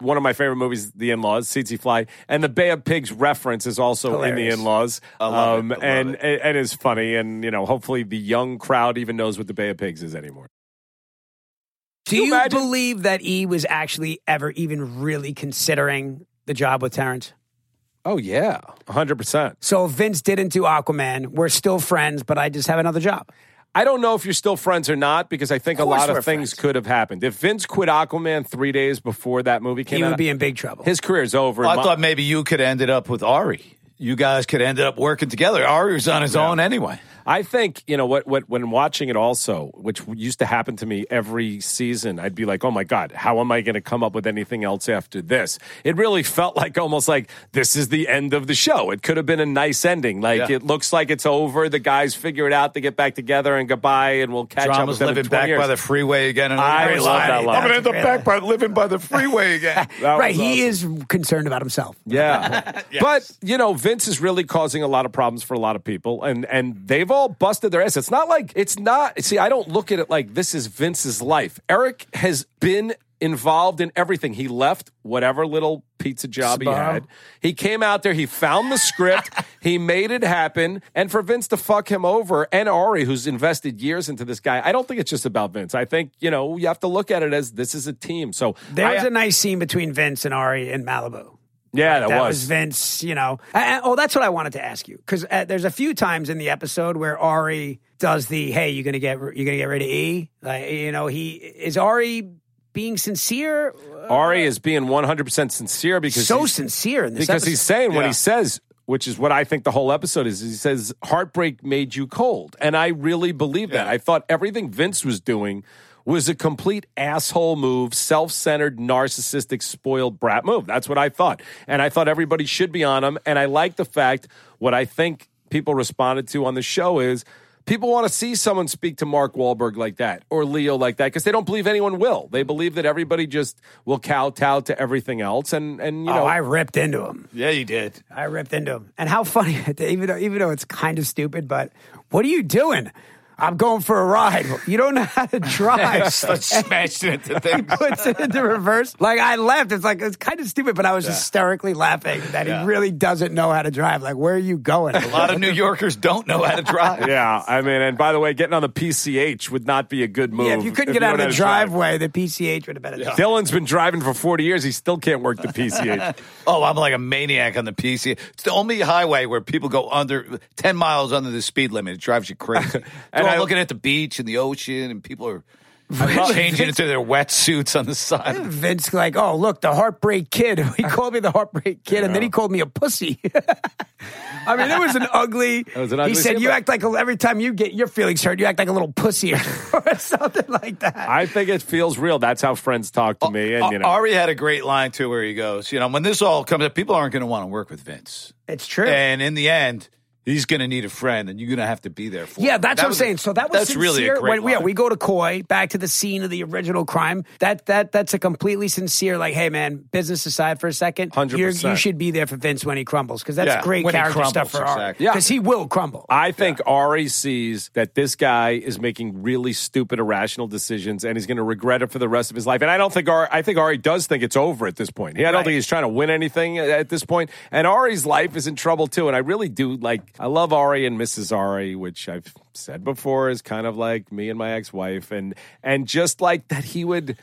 Speaker 3: one of my favorite movies, The In-Laws, CT Fly, and the Bay of Pigs reference is also in The
Speaker 5: Hilarious.
Speaker 3: In-Laws, Um,
Speaker 4: love it. I love
Speaker 3: and
Speaker 4: it.
Speaker 3: and- and is funny, and you know, hopefully the young crowd even knows what the Bay of Pigs is anymore.
Speaker 5: Do
Speaker 3: you
Speaker 5: you,
Speaker 3: imagine-
Speaker 5: believe that E was actually ever even really considering the job with Terrence?
Speaker 3: Oh yeah, hundred percent.
Speaker 5: So if Vince didn't do Aquaman. We're still friends, but I just have another job.
Speaker 3: I don't know if you're still friends or not because I think a
Speaker 5: Of course
Speaker 3: lot of
Speaker 5: we're
Speaker 3: things
Speaker 5: friends.
Speaker 3: could have happened. If Vince quit Aquaman three days before that movie came
Speaker 5: He
Speaker 3: out,
Speaker 5: would be in big trouble.
Speaker 3: his career's over.
Speaker 4: I
Speaker 3: My-
Speaker 4: thought maybe you could ended up with Ari. You guys could ended up working together. Ari was on his own anyway.
Speaker 3: I think you know what what when watching it also, which used to happen to me every season, I'd be like, "Oh my god, how am I going to come up with anything else after this?" It really felt like almost like this is the end of the show. It could have been a nice ending. Like
Speaker 4: Yeah.
Speaker 3: it looks like it's over. The guys figure it out. They get back together and goodbye, and we'll catch up with
Speaker 4: Drama's
Speaker 3: them in
Speaker 4: living
Speaker 3: 20
Speaker 4: back
Speaker 3: years.
Speaker 4: by the freeway again. and
Speaker 3: I
Speaker 4: great
Speaker 3: love that line.
Speaker 4: I'm gonna end up
Speaker 5: That's
Speaker 4: back by living by the freeway again.
Speaker 3: That
Speaker 5: right,
Speaker 3: was
Speaker 5: he is concerned about himself.
Speaker 3: Yeah. But, you know, Vince is really causing a lot of problems for a lot of people and and they've all busted their ass. It's not like it's not see, I don't look at it like this is Vince's life. Eric has been involved in everything. He left whatever little pizza job he
Speaker 5: Sbarro.
Speaker 3: had. He came out there, he found the script, he made it happen, and for Vince to fuck him over and Ari who's invested years into this guy. I don't think it's just about Vince. I think, you know, you have to look at it as this is a team. So
Speaker 5: There
Speaker 3: I-
Speaker 5: was a nice scene between Vince and Ari in Malibu.
Speaker 3: yeah, that,
Speaker 5: That
Speaker 3: was.
Speaker 5: was Vince, you know. I- I- oh, that's what I wanted to ask you because uh, there's a few times in the episode where Ari does the "Hey, you're gonna get you're gonna get rid of E." Like, you know, he is Ari being sincere,
Speaker 3: Ari is being 100% sincere because
Speaker 5: so
Speaker 3: he's-
Speaker 5: sincere in this
Speaker 3: because he's
Speaker 5: episode.
Speaker 3: saying when
Speaker 4: Yeah.
Speaker 3: he says which is what i think the whole episode is he says heartbreak made you cold and i really believe that
Speaker 4: Yeah.
Speaker 3: i thought everything vince was doing was a complete asshole move self-centered narcissistic spoiled brat move that's what i thought and i thought everybody should be on him and i like the fact what i think people responded to on the show is People want to see someone speak to Mark Wahlberg like that or Leo like that because they don't believe anyone will. They believe that everybody just will kowtow to everything else. And, and you know,
Speaker 5: oh, I ripped into him.
Speaker 4: Yeah, you did.
Speaker 5: I ripped into him. And how funny, even though, even though it's kind of stupid, but what are you doing? I'm going for a ride. You don't know how to drive.
Speaker 1: smashed it into things.
Speaker 5: puts it into reverse. Like I laughed. It's like it's kind of stupid, but I was hysterically laughing that
Speaker 4: Yeah.
Speaker 5: he really doesn't know how to drive. Like, where are you going?
Speaker 4: A lot of New Yorkers don't know how to drive.
Speaker 3: Yeah, I mean, and by the way, getting on the PCH would not be a good move.
Speaker 5: yeah, if you couldn't get
Speaker 3: you
Speaker 5: out of
Speaker 3: don't
Speaker 5: the
Speaker 3: know how to drive.
Speaker 5: driveway, the PCH would have been a
Speaker 3: Dylan's been driving for 40 years. He still can't work the PCH.
Speaker 4: Oh, I'm like a maniac on the PC. It's the only highway where people go under 10 miles under the speed limit. It drives you crazy. They're all
Speaker 3: I-
Speaker 4: looking at the beach and the ocean, and people are changing into their wetsuits on the side.
Speaker 5: Vince, like, oh, look, the heartbreak kid. He called me the heartbreak kid, and then he called me a pussy. I mean, it was an ugly.
Speaker 3: was an ugly
Speaker 5: he said, "You
Speaker 3: statement.
Speaker 5: act like a, every time you get your feelings hurt, you act like a little pussy or, or something like that."
Speaker 3: I think it feels real. That's how friends talk to me. And, you know,
Speaker 4: Ari had a great line, too, where he goes, You know, when this all comes up, people aren't going to want to work with Vince.
Speaker 5: It's true.
Speaker 4: And in the end, he's going to need a friend, and you're going to have to be there for
Speaker 5: Yeah,
Speaker 4: him. That
Speaker 5: that's what I'm
Speaker 4: was a-
Speaker 5: saying. So that was
Speaker 4: that's really a
Speaker 5: sincere.
Speaker 4: great
Speaker 5: when, yeah,
Speaker 4: line.
Speaker 5: we go to Coy back to the scene of the original crime. That that that's a completely sincere. Like, hey, man, business aside for a second,
Speaker 3: 100%.
Speaker 5: you're- you should be there for Vince when he crumbles because that's
Speaker 4: Yeah,
Speaker 5: great
Speaker 4: when he
Speaker 5: character
Speaker 4: crumbles,
Speaker 5: stuff for Ari.
Speaker 4: exactly. Yeah.
Speaker 5: because he will crumble.
Speaker 3: I think Ari sees that this guy is making really stupid, irrational decisions, and he's going to regret it for the rest of his life. And I don't think Ari. I think Ari does think it's over at this point. He, I don't think he's trying to win anything at- at this point. And Ari's life is in trouble too. And I really do like. I love Ari and Mrs. Ari, which I've said before is kind of like me and my ex-wife, and and just like that he would.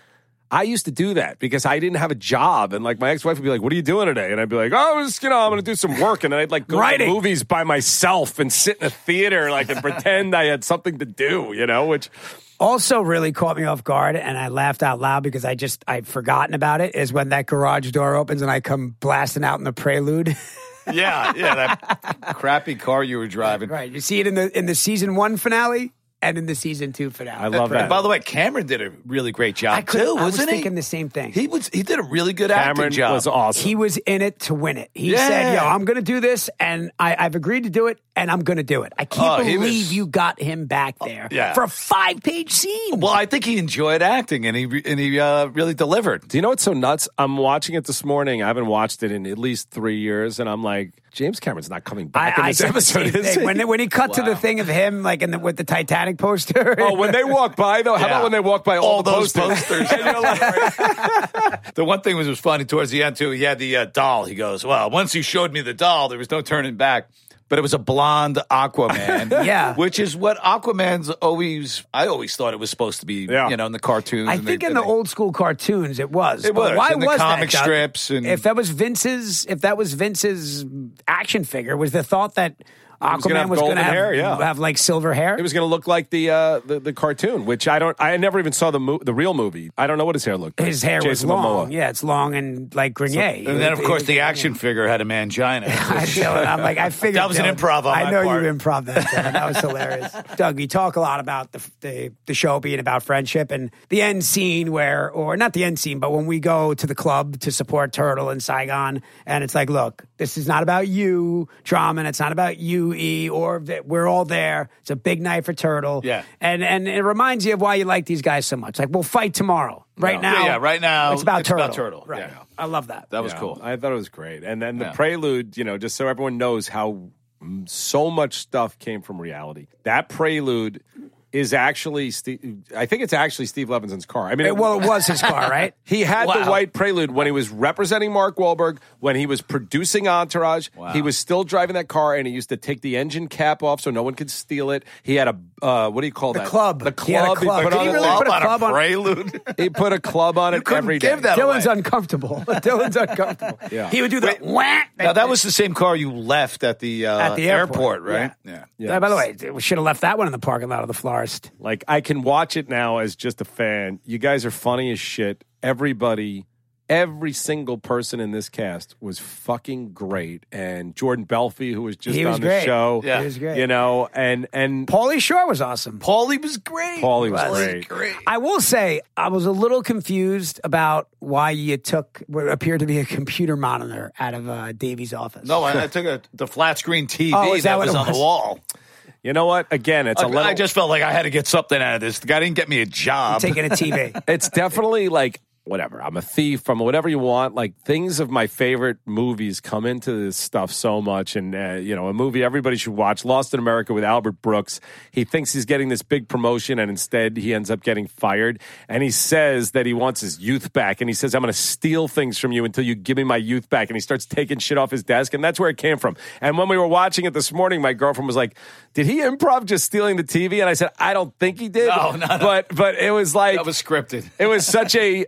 Speaker 3: I used to do that because I didn't have a job, and like my ex-wife would be like, "What are you doing today?" And I'd be like, "Oh, I'm just you know, I'm going to do some work," and then I'd like go to the
Speaker 5: Writing.
Speaker 3: movies by myself and sit in a theater like and pretend I had something to do, you know. Which
Speaker 5: also really caught me off guard and I laughed out loud because I just I'd forgotten about it is when that garage door opens and I come blasting out in the prelude.
Speaker 4: Yeah, yeah, that crappy car you were driving.
Speaker 5: right. You see it in the in the season one finale and in the season two finale.
Speaker 3: I love
Speaker 4: And
Speaker 3: that.
Speaker 4: by the way, Cameron did a really great job
Speaker 5: I couldn't-
Speaker 4: too,
Speaker 5: I was
Speaker 4: wasn't he?
Speaker 5: thinking the same thing.
Speaker 4: He was. He did a really good acting
Speaker 3: Cameron
Speaker 4: job.
Speaker 3: was awesome.
Speaker 5: He was in it to win it. He
Speaker 4: Yeah.
Speaker 5: said, "Yo, I'm going to do this, and I, I've agreed to do it, and I'm going to do it." I can't
Speaker 4: Oh, he
Speaker 5: believe
Speaker 4: was-
Speaker 5: you got him back there
Speaker 4: yeah.
Speaker 5: for a five page scene.
Speaker 4: well, I think he enjoyed acting, and he re- and he uh, really delivered.
Speaker 3: do you know what's so nuts? I'm watching it this morning. I haven't watched it in at least three years, and I'm like, James Cameron's not coming back in this
Speaker 5: said the same
Speaker 3: episode. Is
Speaker 5: thing.
Speaker 3: he?
Speaker 5: when when he cut to the thing of him like in the, with the Titanic poster.
Speaker 3: Oh, when they walk by though, how
Speaker 4: Yeah.
Speaker 3: about when they walk by all,
Speaker 4: All
Speaker 3: the
Speaker 4: those
Speaker 3: posters?
Speaker 4: posters.
Speaker 3: And you're like-
Speaker 4: The one thing was was funny towards the end too. He had the uh, doll. He goes, "Well, once he showed me the doll, there was no turning back." But it was a blonde Aquaman,
Speaker 5: Yeah.
Speaker 4: which is what Aquaman's always. I always thought it was supposed to be,
Speaker 3: Yeah.
Speaker 4: you know, in the cartoons.
Speaker 5: I
Speaker 4: and
Speaker 5: think
Speaker 4: they-
Speaker 5: in the
Speaker 4: they-
Speaker 5: old school cartoons it was.
Speaker 4: It
Speaker 5: But
Speaker 4: was,
Speaker 5: Why
Speaker 4: in the
Speaker 5: was
Speaker 4: comic
Speaker 5: that, Doug?
Speaker 4: strips and-
Speaker 5: if that was Vince's, if that was Vince's action figure, was the thought that
Speaker 3: was gonna
Speaker 5: Aquaman
Speaker 3: have
Speaker 5: was going to
Speaker 3: golden
Speaker 5: have,
Speaker 3: hair, yeah.
Speaker 5: have like silver hair?
Speaker 3: it was going to look like the, uh, the the cartoon, which I don't. I never even saw the mo- the real movie. I don't know what his hair looked. like.
Speaker 5: His hair was
Speaker 3: Jason
Speaker 5: long.
Speaker 3: Momoa.
Speaker 5: Yeah, it's long and like Grenier.
Speaker 4: And then, of course, the action figure had a mangina.
Speaker 5: I feel it. I'm like, I figured
Speaker 4: That was an
Speaker 5: Dylan-
Speaker 4: improv on
Speaker 5: I
Speaker 4: my
Speaker 5: know
Speaker 4: part.
Speaker 5: you improv that. Dylan. That was hilarious. Doug, you talk a lot about the, the the show being about friendship and the end scene where, or not the end scene, but when we go to the club to support Turtle in Saigon, and it's like, look, this is not about you, drama, and it's not about you, E, or that we're all there. It's a big night for Turtle.
Speaker 4: Yeah.
Speaker 5: and and it reminds you of why you like these guys so much. Like, we'll fight tomorrow. Right
Speaker 4: Yeah,
Speaker 5: now,
Speaker 4: yeah, right now,
Speaker 5: it's about
Speaker 4: it's
Speaker 5: Turtle.
Speaker 4: about Turtle.
Speaker 5: Right.
Speaker 4: Yeah.
Speaker 5: I love that.
Speaker 4: That was
Speaker 3: Yeah,
Speaker 4: cool.
Speaker 3: I thought it was great. And then the
Speaker 4: Yeah.
Speaker 3: prelude, you know, just so everyone knows how mm, so much stuff came from reality. That prelude is actually, Steve, I think it's actually Steve Levinson's car. I mean, it-
Speaker 5: well, it was his car, right?
Speaker 3: he had the
Speaker 4: Wow.
Speaker 3: white prelude when he was representing Mark Wahlberg, when he was producing Entourage. He was still driving that car, and he used to take the engine cap off so no one could steal it. He had a uh, what do you call
Speaker 5: The
Speaker 3: that?
Speaker 5: club.
Speaker 3: The
Speaker 5: He had a
Speaker 3: club.
Speaker 5: club.
Speaker 3: put
Speaker 5: Did
Speaker 3: on
Speaker 5: he
Speaker 3: a
Speaker 5: really
Speaker 3: club.
Speaker 5: put a club on-
Speaker 4: prelude.
Speaker 3: He put a club on it
Speaker 4: couldn't
Speaker 3: every day.
Speaker 4: give that
Speaker 5: Dylan's
Speaker 4: away.
Speaker 5: uncomfortable. Dylan's uncomfortable.
Speaker 3: Yeah.
Speaker 5: He would do the whack.
Speaker 4: Now that was the same car you left at the uh,
Speaker 5: At the airport,
Speaker 4: right?
Speaker 3: Yeah.
Speaker 5: By the way, we should have left that one in the parking lot of the florist.
Speaker 3: Like I can watch it now as just a fan. You guys are funny as shit. Everybody, every single person in this cast was fucking great. And Jordan Belfi, who was just
Speaker 5: He was
Speaker 3: on the
Speaker 5: great.
Speaker 3: show,
Speaker 4: Yeah.
Speaker 5: He was great.
Speaker 3: You know, and and
Speaker 5: Paulie Shore was awesome.
Speaker 4: Paulie was great.
Speaker 3: Paulie was
Speaker 5: was
Speaker 3: great.
Speaker 5: I will say, I was a little confused about why you took what appeared to be a computer monitor out of uh, Davey's office.
Speaker 4: No, I, I took a, the flat screen TV
Speaker 5: Oh,
Speaker 4: that,
Speaker 5: is that what
Speaker 4: was
Speaker 5: it
Speaker 4: on
Speaker 5: was?
Speaker 4: the wall.
Speaker 3: You know what? Again, it's a
Speaker 4: I,
Speaker 3: little.
Speaker 4: I just felt like I had to get something out of this. The guy didn't get me a job.
Speaker 5: Taking a TV.
Speaker 3: it's definitely like whatever. I'm a thief. I'm whatever you want. Like things of my favorite movies come into this stuff so much. And, uh, you know, a movie everybody should watch Lost in America with Albert Brooks. He thinks he's getting this big promotion and instead he ends up getting fired. And he says that he wants his youth back. And he says, I'm going to steal things from you until you give me my youth back. And he starts taking shit off his desk. And that's where it came from. And when we were watching it this morning, my girlfriend was like, Did he improv just stealing the TV? And I said, I don't think he did.
Speaker 4: No, no, no.
Speaker 3: But, but it was like,
Speaker 4: That was scripted.
Speaker 3: it was such a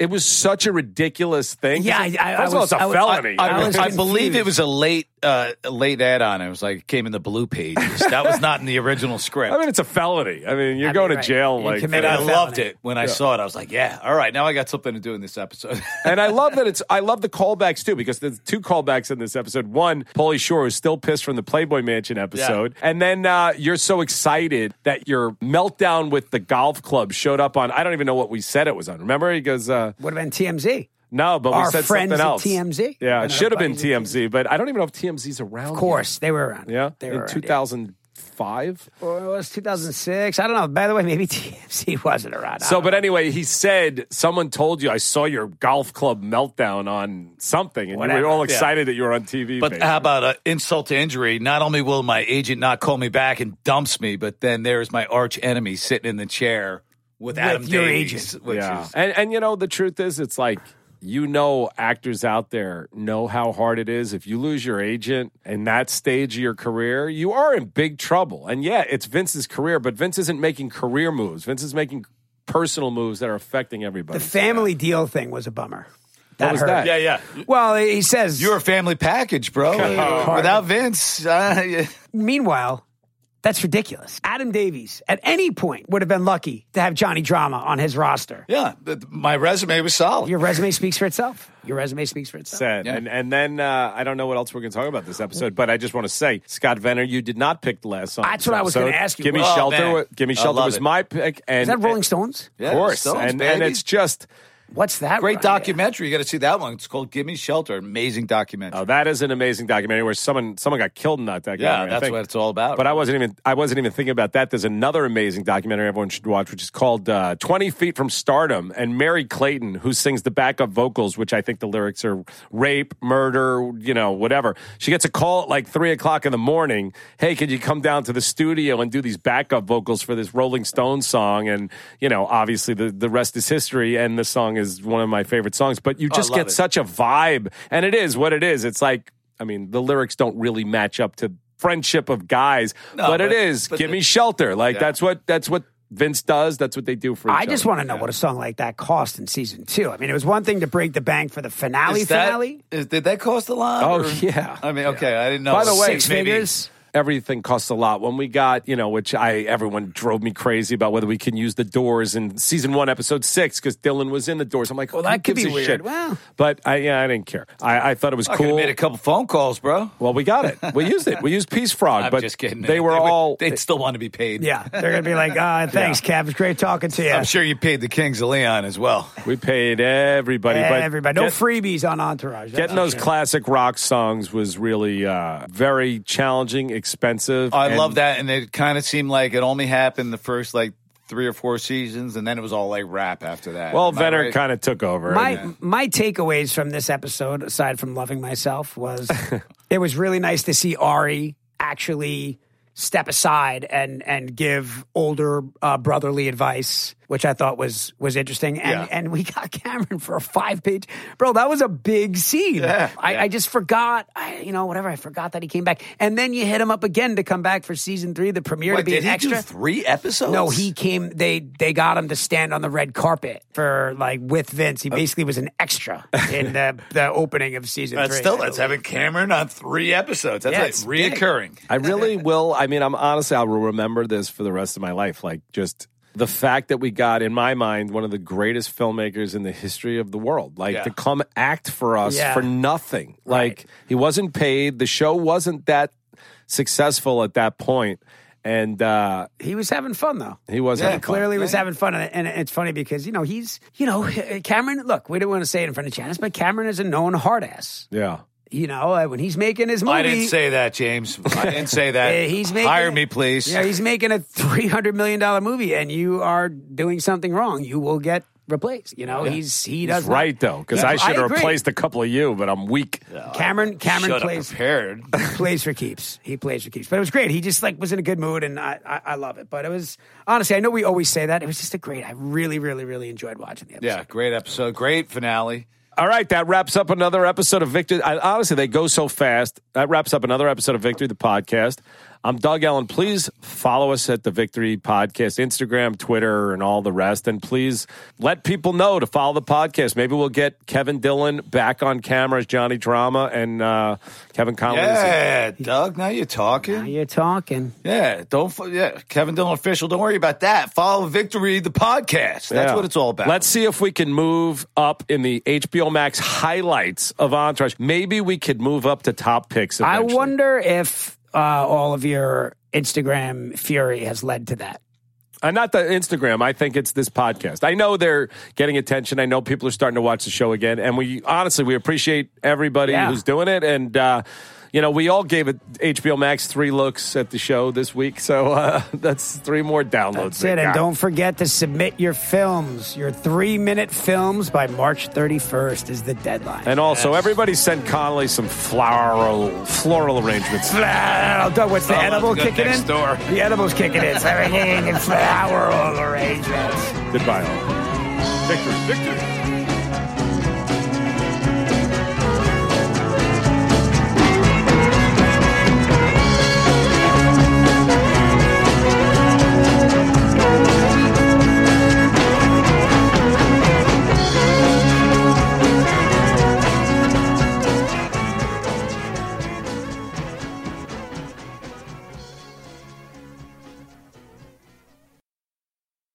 Speaker 3: it was such a ridiculous thing.
Speaker 5: Yeah, I- I-
Speaker 3: first
Speaker 5: I was-
Speaker 3: of
Speaker 5: I
Speaker 3: all,
Speaker 5: was-
Speaker 3: it's a felony.
Speaker 5: I
Speaker 4: I,
Speaker 5: was
Speaker 4: I believe
Speaker 5: confused.
Speaker 4: it was a late, uh, late add-on. It was like it came in the blue pages. That was not in the original script.
Speaker 3: I mean, it's a felony. I mean, you're
Speaker 5: I mean,
Speaker 3: going
Speaker 5: right.
Speaker 3: to jail.
Speaker 5: You
Speaker 3: like,
Speaker 5: commit
Speaker 4: and I
Speaker 5: Yeah.
Speaker 4: loved it when I saw it. I was like, yeah, all right, now I got something to do in this episode.
Speaker 3: and I love that it's. I love the callbacks too because there's two callbacks in this episode. One, Paulie Shore is still pissed from the Playboy Mansion episode, and then uh, you're so excited that your meltdown with the golf club showed up on. I don't even know what we said it was on. Remember, he goes, uh,
Speaker 5: Would have been TMZ.
Speaker 3: "No," but we
Speaker 5: Our
Speaker 3: said
Speaker 5: friends
Speaker 3: something
Speaker 5: at
Speaker 3: else.
Speaker 5: TMZ.
Speaker 3: Yeah, it
Speaker 5: And our
Speaker 3: should have been
Speaker 5: buddies at
Speaker 3: TMZ, but I don't even know if TMZ's around.
Speaker 5: Of course, they were around.
Speaker 3: Yeah,
Speaker 5: they were
Speaker 3: in
Speaker 5: around, yeah.
Speaker 3: 2005.
Speaker 5: Or it was 2006. I don't know. By the way, maybe TMZ wasn't around. I
Speaker 3: So,
Speaker 5: don't
Speaker 3: but anyway, he said someone told you I saw your golf club meltdown on something, and you
Speaker 5: Whatever.
Speaker 3: were all
Speaker 5: Yeah.
Speaker 3: excited that you were on TV.
Speaker 4: But
Speaker 3: babe.
Speaker 4: how about uh, insult to injury? Not only will my agent not call me back and dumps me, but then there's my arch enemy sitting in the chair with, Adam
Speaker 5: your
Speaker 4: Davies,
Speaker 5: agent.
Speaker 4: which
Speaker 3: yeah,
Speaker 4: is
Speaker 3: and and you know the truth is, it's like you know actors out there know how hard it is. If you lose your agent in that stage of your career, you are in big trouble. And yeah, it's Vince's career, but Vince isn't making career moves. Vince is making personal moves that are affecting everybody.
Speaker 5: The family deal thing was a bummer. That
Speaker 3: was
Speaker 5: hurt.
Speaker 3: that?
Speaker 4: yeah, yeah.
Speaker 5: Well, he says.
Speaker 4: You're a family package, bro. Without Vince, uh, yeah.
Speaker 5: meanwhile, that's ridiculous. Adam Davies, at any point, would have been lucky to have Johnny Drama on his roster.
Speaker 4: yeah, th- my resume was solid.
Speaker 5: Your resume speaks for itself. Your resume speaks for itself.
Speaker 3: said.
Speaker 4: Yeah.
Speaker 3: And and then uh, I don't know what else we're going to talk about this episode, but I just want to say, Scott Venner, you did not pick the last song.
Speaker 5: That's what I was
Speaker 3: going
Speaker 5: gonna ask you.
Speaker 3: Give me
Speaker 4: Oh,
Speaker 3: shelter.
Speaker 4: man.
Speaker 3: wa- Give me
Speaker 4: I
Speaker 3: shelter
Speaker 4: love
Speaker 3: was
Speaker 4: it.
Speaker 3: my pick. And
Speaker 5: Is that Rolling
Speaker 3: and-
Speaker 5: Stones?
Speaker 4: Yeah,
Speaker 3: Of course,
Speaker 4: Stones,
Speaker 3: and, and
Speaker 4: baby.
Speaker 3: it's just
Speaker 5: What's that?
Speaker 4: Great
Speaker 5: Right.
Speaker 4: documentary. You got to see that one. It's called "Give Me Shelter." Amazing documentary.
Speaker 3: oh, that is an amazing documentary where someone someone got killed in that documentary.
Speaker 4: Yeah,
Speaker 3: I
Speaker 4: that's
Speaker 3: think.
Speaker 4: what it's all about.
Speaker 3: But I wasn't even I wasn't even thinking about that. There's another amazing documentary everyone should watch, which is called uh, Twenty Feet from Stardom, and Mary Clayton, who sings the backup vocals, which I think the lyrics are rape, murder, you know, whatever. She gets a call at like three o'clock in the morning. Hey, could you come down to the studio and do these backup vocals for this Rolling Stones song? And you know, obviously the the rest is history. And the song is one of my favorite songs. But you
Speaker 4: Oh, I
Speaker 3: just
Speaker 4: love
Speaker 3: get
Speaker 4: it.
Speaker 3: such a vibe, and it is what it is. It's like I mean, the lyrics don't really match up to friendship of guys, but, it
Speaker 4: but-
Speaker 3: is
Speaker 4: but
Speaker 3: give
Speaker 4: the-
Speaker 3: me shelter. Like
Speaker 4: Yeah.
Speaker 3: that's what that's what Vince does. That's what they do for. Each
Speaker 5: I just
Speaker 3: other.
Speaker 5: want to know what a song like that cost in season two. I mean, it was one thing to break the bank for the finale
Speaker 4: Is that-
Speaker 5: finale.
Speaker 4: is- did that cost a lot?
Speaker 3: Oh,
Speaker 4: or-
Speaker 3: yeah.
Speaker 4: I mean, okay, I didn't know.
Speaker 3: By the way,
Speaker 5: Six
Speaker 4: maybe-
Speaker 5: figures.
Speaker 3: Everything costs a lot. When we got, you know, which I everyone drove me crazy about whether we can use the Doors in season one, episode six, because Dylan was in the Doors. I'm like, well,
Speaker 5: that could be weird.
Speaker 3: Shit?
Speaker 5: Wow.
Speaker 3: But I, yeah, I didn't care. I, I thought it was
Speaker 4: I could
Speaker 3: cool.
Speaker 4: have made a couple phone calls, bro.
Speaker 3: well, we got it. We used it. We used Peace Frog,
Speaker 4: I'm
Speaker 3: but
Speaker 4: just kidding.
Speaker 3: they were
Speaker 4: would-
Speaker 3: all.
Speaker 4: They'd still want to be paid.
Speaker 5: Yeah, they're gonna be like, uh, thanks, Kev. It's great talking to you.
Speaker 4: I'm sure you paid the Kings of Leon as well.
Speaker 3: we paid everybody, but
Speaker 5: Everybody, no
Speaker 3: get-
Speaker 5: freebies on Entourage.
Speaker 3: Getting those classic rock songs was really uh, very challenging, expensive.
Speaker 4: I
Speaker 3: and-
Speaker 4: love that, and it kind of seemed like it only happened the first like three or four seasons, and then it was all like rap after that.
Speaker 3: Well,
Speaker 4: Am I
Speaker 3: Venner
Speaker 4: right?
Speaker 3: kind of took over.
Speaker 5: My
Speaker 3: and-
Speaker 5: my takeaways from this episode, aside from loving myself, was it was really nice to see Ari actually step aside and and give older uh, brotherly advice, which I thought was was interesting. And
Speaker 4: Yeah.
Speaker 5: and we got Cameron for a five page, bro. That was a big scene.
Speaker 4: Yeah.
Speaker 5: I, I just forgot, I, you know, whatever. I forgot that he came back, and then you hit him up again to come back for season three, the premiere
Speaker 4: Wait,
Speaker 5: to be
Speaker 4: did
Speaker 5: an
Speaker 4: he
Speaker 5: extra.
Speaker 4: do three episodes?
Speaker 5: No, he came. They they got him to stand on the red carpet for like with Vince.
Speaker 4: Oh.
Speaker 5: He basically was an extra in the the opening of season
Speaker 4: That's
Speaker 5: three.
Speaker 4: still that's having Cameron on three episodes. That's
Speaker 5: Yeah,
Speaker 4: like
Speaker 5: it's big.
Speaker 4: reoccurring.
Speaker 3: I really will. I mean, I'm honestly, I will remember this for the rest of my life. Like, just the fact that we got, in my mind, one of the greatest filmmakers in the history of the world. Like,
Speaker 4: Yeah.
Speaker 3: to come act for us
Speaker 5: Yeah.
Speaker 3: for nothing. Like, he wasn't paid. The show wasn't that successful at that point, and uh,
Speaker 5: he was having fun though.
Speaker 3: he was having fun.
Speaker 5: Clearly, was having fun, and and it's funny because you know he's you know Cameron. Look, we didn't want to say it in front of Janice, but Cameron is a known hard ass.
Speaker 3: Yeah.
Speaker 5: You know uh, when he's making his movie.
Speaker 4: I didn't say that, James. I didn't say that.
Speaker 5: Uh, he's making
Speaker 4: hire
Speaker 5: it-
Speaker 4: me, please.
Speaker 5: Yeah, he's making a three hundred million dollar movie, and you are doing something wrong. You will get replaced. You know, he's he does
Speaker 3: He's
Speaker 5: not-
Speaker 3: right though, because
Speaker 5: Yeah,
Speaker 3: I should have
Speaker 5: agree.
Speaker 3: replaced a couple of you, but I'm weak.
Speaker 5: Cameron. Cameron
Speaker 4: Shoulda
Speaker 5: plays
Speaker 4: prepared.
Speaker 5: plays for keeps. He plays for keeps. But it was great. He just like was in a good mood, and I, I I love it. But it was honestly, I know we always say that. It was just a great. I really, really, really enjoyed watching the episode.
Speaker 4: Yeah, great episode, great finale.
Speaker 3: All right, that wraps up another episode of Victor. I, honestly, they go so fast. That wraps up another episode of Victory, the podcast. I'm Doug Allen. Please follow us at the Victory Podcast, Instagram, Twitter, and all the rest. And please let people know to follow the podcast. Maybe we'll get Kevin Dillon back on camera as Johnny Drama and uh, Kevin Collins.
Speaker 4: Yeah, Doug, now you're talking.
Speaker 5: Now you're talking.
Speaker 4: Yeah, don't. fo- Yeah, Kevin Dillon official. Don't worry about that. Follow Victory, the podcast. That's
Speaker 3: Yeah.
Speaker 4: what it's all about.
Speaker 3: Let's see if we can move up in the HBO Max highlights of Entourage. Maybe we could move up to top picks.
Speaker 5: I
Speaker 3: eventually.
Speaker 5: wonder if uh, all of your Instagram fury has led to that.
Speaker 3: Uh, not the Instagram. I think it's this podcast. I know they're getting attention. I know people are starting to watch the show again, and we honestly we appreciate everybody
Speaker 5: Yeah.
Speaker 3: who's doing it. And uh, you know, we all gave it HBO Max three looks at the show this week, so uh, that's three more downloads.
Speaker 5: That's it.
Speaker 3: they got.
Speaker 5: And don't forget to submit your films. Your three minute films by March 31st is the deadline.
Speaker 3: And also, everybody sent Connolly some floral floral arrangements.
Speaker 5: Oh, Doug, what's the
Speaker 4: I'll have
Speaker 5: edible
Speaker 4: to go
Speaker 5: kicking
Speaker 4: next
Speaker 5: in?
Speaker 4: door.
Speaker 5: The edible's kicking in. Everything in flower arrangements.
Speaker 3: Goodbye, all. Victory, victory.